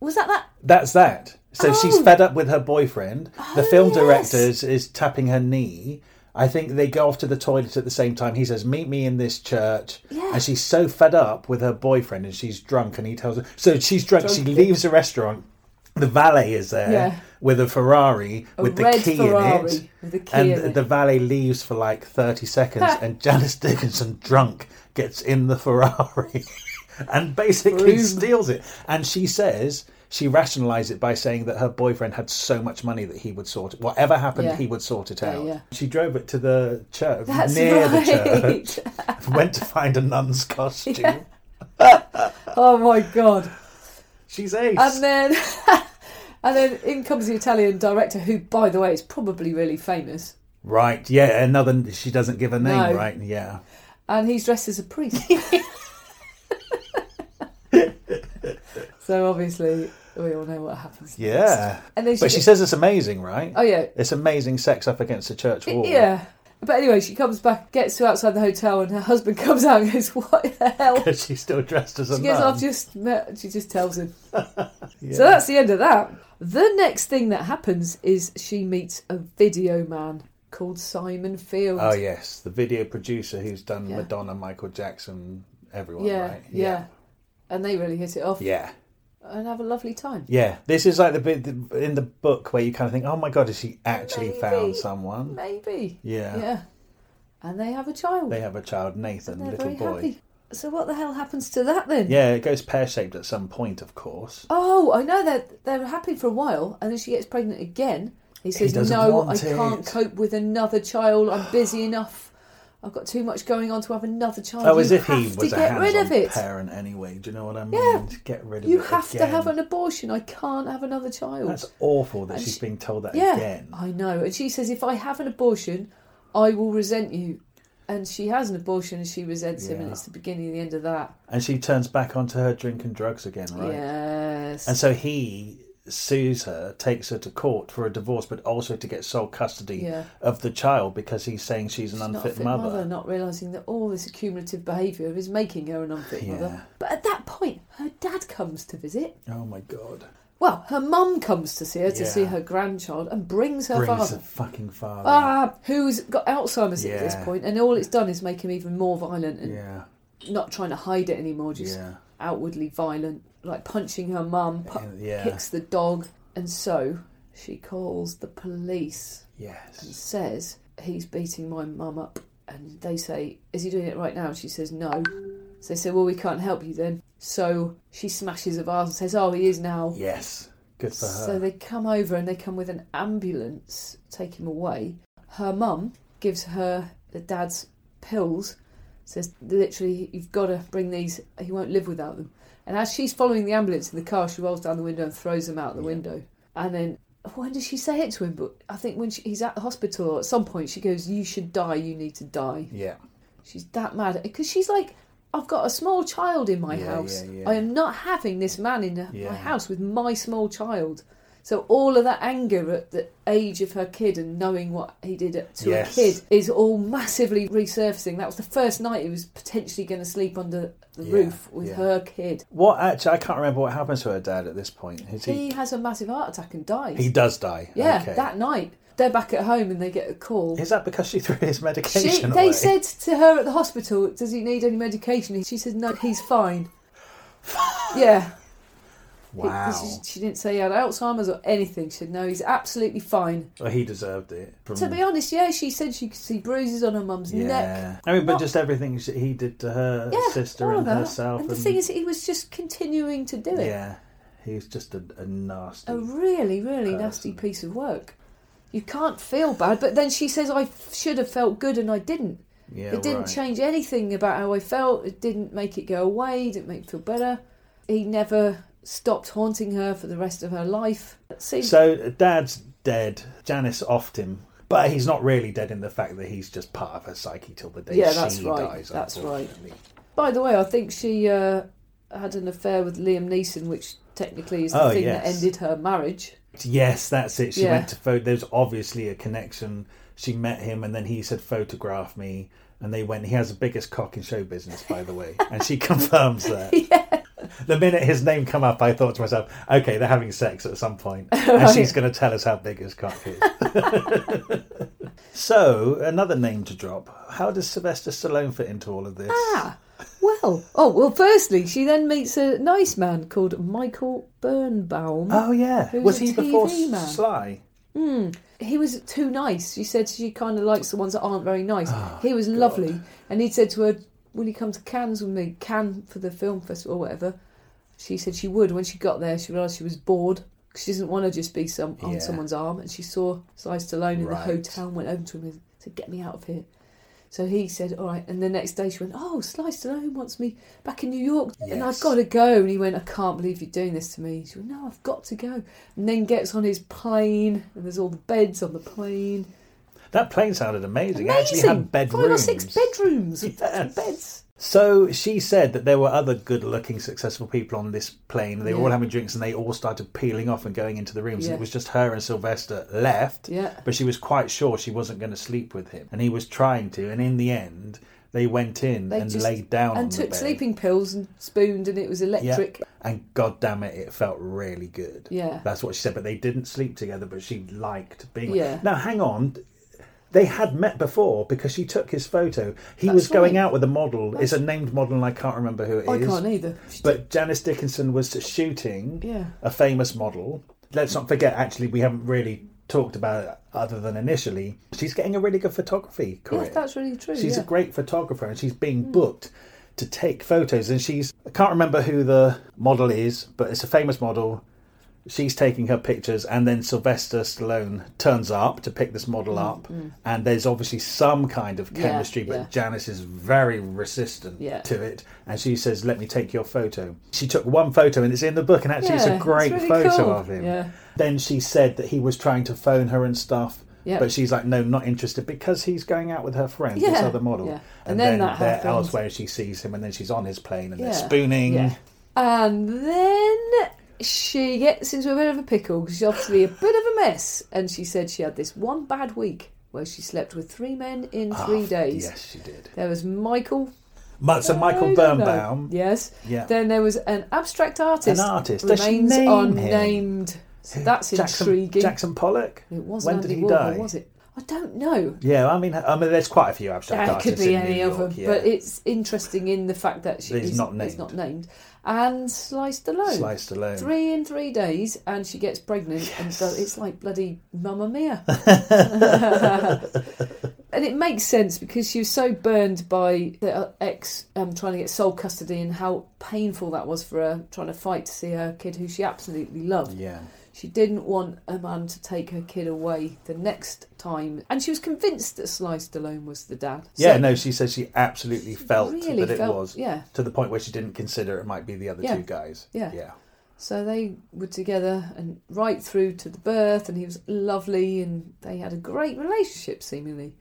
was that that?
That's that. So she's
Oh.
fed up with her boyfriend. the
Oh,
film
yes.
director is, is tapping her knee. I think they go off to the toilet at the same time. He says, "Meet me in this church."
Yeah.
And she's so fed up with her boyfriend, and she's drunk, and he tells her. So she's drunk. she
Drunk.
leaves the restaurant. The valet is there
Yeah.
with a Ferrari with the
red
key in
Ferrari
it,
with a key
and
in it.
the valet leaves for like thirty seconds, and Janice Dickinson, drunk, gets in the Ferrari. and basically
Vroom.
steals it. And she says she rationalized it by saying that her boyfriend had so much money that he would sort it. Whatever happened,
Yeah.
he would sort it out.
yeah.
She drove it to the church
That's
near
right.
the church. went to find a nun's costume.
Oh my god.
She's ace.
And then. And then in comes the Italian director, who, by the way, is probably really famous.
right? Yeah. Another. She doesn't give a name.
No.
Right? Yeah.
and he's dressed as a priest. so obviously, we all know what happens.
Yeah.
And then she,
But she
gets-
says it's amazing, right?
"Oh yeah,
It's amazing sex up against the church wall.
yeah." But anyway, she comes back, gets to outside the hotel, and her husband comes out and goes, "What the hell?"
Because she's still dressed as a
She goes,
nun.
"I've just met." She just tells him.
Yeah.
So that's the end of that. The next thing that happens is she meets a video man called Simon Field.
Oh yes, the video producer who's done
Yeah.
Madonna, Michael Jackson, everyone.
yeah,
right?
yeah, And they really hit it off
yeah,
and have a lovely time.
yeah. This is like the bit in the book where you kind of think, "Oh my god, has she actually
Maybe.
found someone?"
Maybe.
Yeah.
Yeah. And they have a child.
They have a child, Nathan,
They're
little
very
boy.
happy. So what the hell happens to that then?
Yeah, it goes pear shaped at some point, of course.
Oh, I know they're they're happy for a while, and then she gets pregnant again. He says,
doesn't
"No, I
want it."
can't cope with another child. I'm busy enough. I've got too much going on to have another child.
Oh,
you
as if
have
he
to
was a
get rid
hands-on
of it.
parent anyway. Do you know what I mean?
Yeah.
To get rid of
You
it
have to
again.
have an abortion. I can't have another child."
That's awful that
And
she's
she-
being told that
yeah,
again.
I know. And she says, "If I have an abortion, I will resent you." And she has an abortion, and she resents him, and
Yeah.
it's the beginning, of the end of that.
And she turns back onto her drink and drugs again, right?
Yes.
And so he sues her, takes her to court for a divorce, but also to get sole custody
Yeah.
of the child because he's saying she's an
She's
unfit
not a fit
mother.
mother. not realizing that all this accumulative behaviour is making her an unfit
Yeah.
mother. But at that point, her dad comes to visit.
Oh my god!
Well, her mum comes to see her to
Yeah.
see her grandchild and brings her
Brings the
father,
fucking father.
ah, who's got Alzheimer's at this
Yeah.
point, and all it's done is make him even more violent and
Yeah,
not trying to hide it anymore, just
yeah,
outwardly violent, like punching her mum, pu-
And- yeah.
kicks the dog, and so she calls the police. and
yes.
says he's beating my mum up and they say is he doing it right now and she says no so they say well we can't help you then so she smashes a vase and says oh he is now
Yes, good for her.
so they come over and they come with an ambulance take him away her mum gives her the dad's pills says literally you've got to bring these he won't live without them and as she's following the ambulance in the car she rolls down the window and throws them out the window and then when does she say it to him but i think when she, he's at the hospital at some point she goes you should die you need to die
yeah,
She's that mad because she's like, I've got a small child in my
Yeah,
house.
yeah, yeah.
I am not having this man in
Yeah.
my house with my small child. So all of that anger at the age of her kid and knowing what he did to
Yes.
her kid is all massively resurfacing. That was the first night he was potentially going to sleep under the
Yeah,
roof with
yeah.
her kid.
What actually? I can't remember what happens to her dad at this point. Is
He,
he?
has a massive heart attack and dies.
He, does die.
yeah,
Okay.
that night they're back at home and they get a call.
Is that because she threw his medication
She,
away?
they said to her at the hospital, "Does he need any medication?" She said, "No, he's fine." yeah.
wow.
She, she didn't say he had Alzheimer's or anything. She said, "No, he's absolutely fine."
Well, he deserved it. From,
To be honest, yeah, she said she could see bruises on her mum's
Mm. yeah.
neck.
I mean, but
Not-
just everything she- he did to her
Yeah,
sister
all
and
of that.
herself.
And the thing is, he was just continuing to do it. Oh,
Yeah, he's just a, a nasty.
A really, really
Person.
nasty piece of work. You can't feel bad, but then she says, "I f- should have felt good and I didn't."
yeah,
it didn't
right.
change anything about how I felt. It didn't make it go away. It didn't make me feel better. He never stopped haunting her for the rest of her life. It seems
So dad's dead. Janice offed him, but he's not really dead in the fact that he's just part of her psyche till the day
Yeah,
she
that's right.
dies.
That's right.
unfortunately.
By the way, I think she uh, had an affair with Liam Neeson, which technically is the
Oh,
thing that
yes.
ended her marriage.
Yes, that's it. She
Yeah.
went to photo. There's obviously a connection. She met him, and then he said, "Photograph me." And they went. He has the biggest cock in show business, by the way, and she confirms that. The minute his name come up, I thought to myself, "Okay, they're having sex at some point, and
Right.
she's going to tell us how big his cock is." so, another name to drop. How does Sylvester Stallone fit into all of this?
Ah, well. Oh, well, firstly, she then meets a nice man called Michael Birnbaum.
Oh yeah,
Who's
was
a
he before
TV man?
Sly?
he was too nice. She said she kind of likes the ones that aren't very nice.
Ah,
he was lovely, and he said to her, "Will you come to Cannes with me? Cannes for the film festival or whatever." She said she would. When she got there, she realised she was bored. 'cause She doesn't want to just be some on
Yeah.
someone's arm, and she saw Sly Stallone in the
Right.
hotel and went over to him and said, "Get me out of here." So he said, "All right." And the next day, she went, "Oh, Sly Stallone wants me back in New York, and I've
Yes.
got to go." And he went, "I can't believe you're doing this to me." She went, "No, I've got to go." And then gets on his plane, and there's all the beds on the plane.
That plane sounded amazing. It
Amazing!
actually had
Five or
bedrooms.
six bedrooms, with
Yes.
beds.
So she said that there were other good looking, successful people on this plane. They were all
Yeah.
having drinks and they all started peeling off and going into the rooms. And
Yeah.
it was just her and Sylvester left.
Yeah.
But she was quite sure she wasn't going to sleep with him. And he was trying to. And in the end, they went in
They
and
just-
laid down on
and
the
took
bed.
sleeping pills and spooned, and it was electric.
And god damn it, it felt really good.
Yeah.
That's what she said. But they didn't sleep together, but she liked being
Yeah.
Now hang on. They had met before because she took his photo. He
That's
was going
right.
out with a model. It's a named model and I can't remember who it is.
I can't either. She
But Janice Dickinson was shooting
Yeah.
a famous model. Let's not forget, actually, we haven't really talked about it other than initially. She's getting a really good photography
did-
career.
yeah, that's really true.
She's
yeah. Hmm.
a great photographer and she's being booked to take photos. And she's, I can't remember who the model is, but it's a famous model. She's taking her pictures, and then Sylvester Stallone turns up to pick this model up. And there's obviously some kind of
Mm, Yeah,
chemistry, but
yeah.
Janice is very resistant
Yeah.
to it. And she says, Let me take your photo. She took one photo, and it's in the book, and actually,
Yeah,
it's a great
really
photo
cool.
of him.
Yeah.
Then she said that he was trying to phone her and stuff,
Yeah.
but she's like, no, not interested because he's going out with her friend, this
Yeah,
other model.
yeah.
And,
And
then,
then that
they're
happens.
elsewhere, she sees him, and then she's on his plane and
Yeah.
they're spooning.
Yeah. And then she gets into a bit of a pickle because she's obviously a bit of a mess. And she said she had this one bad week where she slept with three men in
Ah,
three days.
Yes, she did.
There was Michael.
Mu- So Michael
I don't know.
Birnbaum,
Yes.
Yeah.
Then there was an abstract
An
artist.
artist. Does she
Remains
name him?
unnamed. So that's
Jackson,
intriguing.
Jackson Pollock.
It wasn't
When
Andy
did he
Warhol,
die?
was it? I don't know.
Yeah, I mean, I mean, there's quite a few abstract
Yeah, it
artists.
could be
in New
any of
York,
them,
yeah.
but it's interesting in the fact that she
That he's
is
not
is not named. And sliced alone.
sliced alone.
Three in three days, and she gets pregnant, and does, it's like bloody Mamma Mia. and it makes sense because she was so burned by the uh, ex um, trying to get sole custody and how painful that was for her trying to fight to see her kid, who she absolutely loved.
Yeah.
She didn't want a man to take her kid away the next time, and she was convinced that Sliced Alone was the dad. So
Yeah, no, she says she absolutely felt
really
that it
felt-
was
yeah.
to the point where she didn't consider it might be the other
Yeah.
two guys.
Yeah.
Yeah.
So they were together and right through to the birth, and he was lovely, and they had a great relationship seemingly.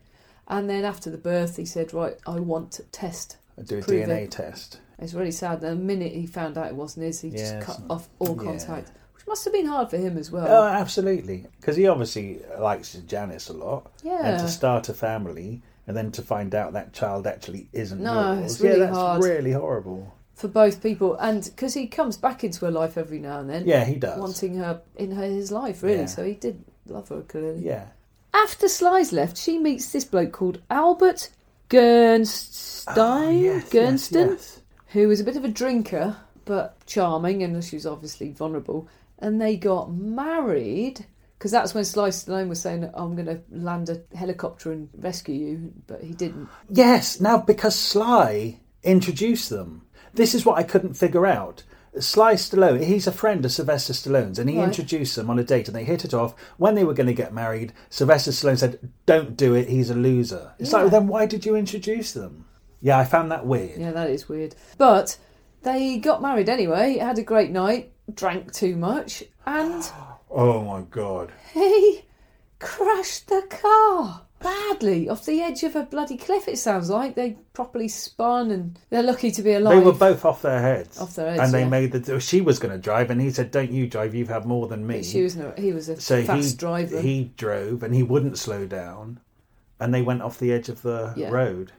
And then after the birth, he said, "Right, I want to test."
Do a
Prove
DNA
it.
test.
It's really sad. The minute he found out it wasn't his, he
Yeah,
just cut
it's not-
off all
yeah.
contact, which must have been hard for him as well.
Oh, absolutely. Because he obviously likes Janice a lot. And
Yeah.
to start a family and then to find out that child actually isn't
No,
yours.
it's really
yeah, that's
hard.
really horrible.
for both people, and because he comes back into her life every now and then,
Yeah, he does.
wanting her in her his life really.
Yeah.
So he did love her clearly.
Yeah.
After Sly's left, she meets this bloke called Albert Gernstein,
Oh, yes, yes,
Gernston,
yes.
who was a bit of a drinker but charming, and she was obviously vulnerable. And they got married because that's when Sly Stallone was saying, "I'm going to land a helicopter and rescue you," but he didn't.
Yes, now because Sly introduced them. This is what I couldn't figure out. Sly Stallone, he's a friend of Sylvester Stallone's, and he
Right.
introduced them on a date, and they hit it off. When they were going to get married, Sylvester Stallone said, "Don't do it. He's a loser." It's
Yeah.
like, then why did you introduce them? Yeah, I found that weird.
Yeah, that is weird. But they got married anyway. Had a great night. Drank too much, and
Oh my god!
he crashed the car badly off the edge of a bloody cliff. It sounds like they properly spun, and they're lucky to be alive.
They were both off their heads.
Off their heads,
And they
yeah.
made the. She was going to drive, and he said, "Don't you drive? You've had more than me."
She was no, he was a
so
fast
he
driver.
he drove, and he wouldn't slow down, and they went off the edge of the
Yeah.
road.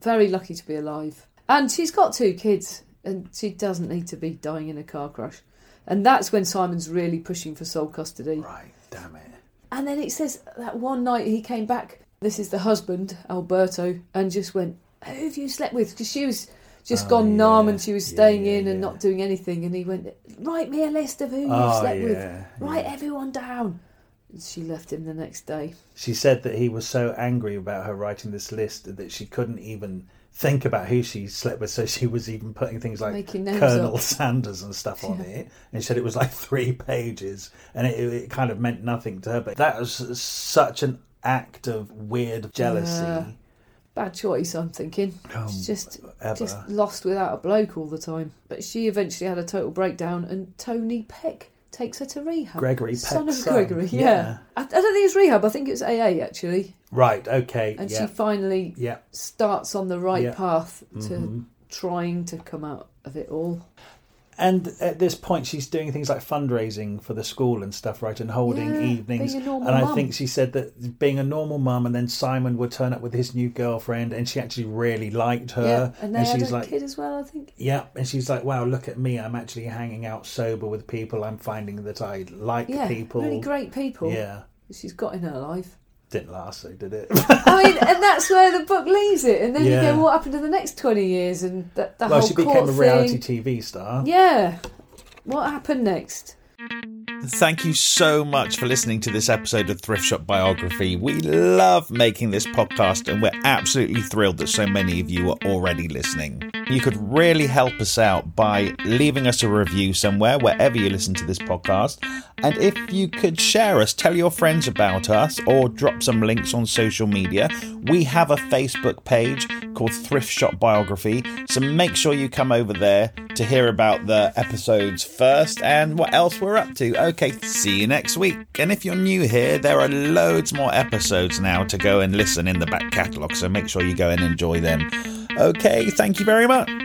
Very lucky to be alive. And she's got two kids, and she doesn't need to be dying in a car crash. And that's when Simon's really pushing for sole custody.
Right, damn it.
And then it says that one night he came back. This is the husband, Alberto, and just went, Who have you slept with? Because she was just
Oh,
gone numb
yeah.
and she was
Yeah,
staying
yeah,
in and
yeah.
not doing anything. And he went, Write me a list of who you
Oh,
slept
yeah,
with. Write everyone down. And she left him the next day.
She said that he was so angry about her writing this list that she couldn't even think about who she slept with, so she was even putting things like
Making names
Colonel
up.
Sanders and stuff on it. And she said it was like three pages, and it, it kind of meant nothing to her. But that was such an act of weird jealousy.
Yeah. Bad choice, I'm thinking.
Um,
She's just,
ever.
just lost without a bloke all the time. But she eventually had a total breakdown, and Tony Peck takes her to rehab.
Gregory Peck's
son of
son,
Gregory, yeah.
yeah.
I, I don't think it was rehab. I think it was AA actually.
Right, okay.
And
yeah.
she finally
yeah. Mm-hmm.
starts on the right
Yeah.
path to trying to come out of it all.
And at this point, she's doing things like fundraising for the school and stuff, right? And holding
Yeah,
evenings.
being a normal
and I
mum.
think she said that being a normal mum, and then Simon would turn up with his new girlfriend, and she actually really liked
yeah,
her.
and they had
she's
a
like,
kid as well, I think.
Yeah, and she's like, "Wow, look at me! I'm actually hanging out sober with people. I'm finding that I like
Yeah,
people."
really great people
Yeah,
that she's got in her life.
didn't last, so did it?
I mean, and that's where the book leaves it. And then you
Yeah.
go, what happened in the next twenty years? And that the
well,
whole
she became
court
a reality
thing.
TV star.
Yeah, what happened next?
Thank you so much for listening to this episode of Thrift Shop Biography. We love making this podcast and we're absolutely thrilled that so many of you are already listening. You could really help us out by leaving us a review somewhere, wherever you listen to this podcast. And if you could share us, tell your friends about us, or drop some links on social media. We have a Facebook page called Thrift Shop Biography, so make sure you come over there to hear about the episodes first and what else we're up to. Okay, see you next week. And if you're new here, there are loads more episodes now to go and listen in the back catalogue, so make sure you go and enjoy them. Okay, thank you very much.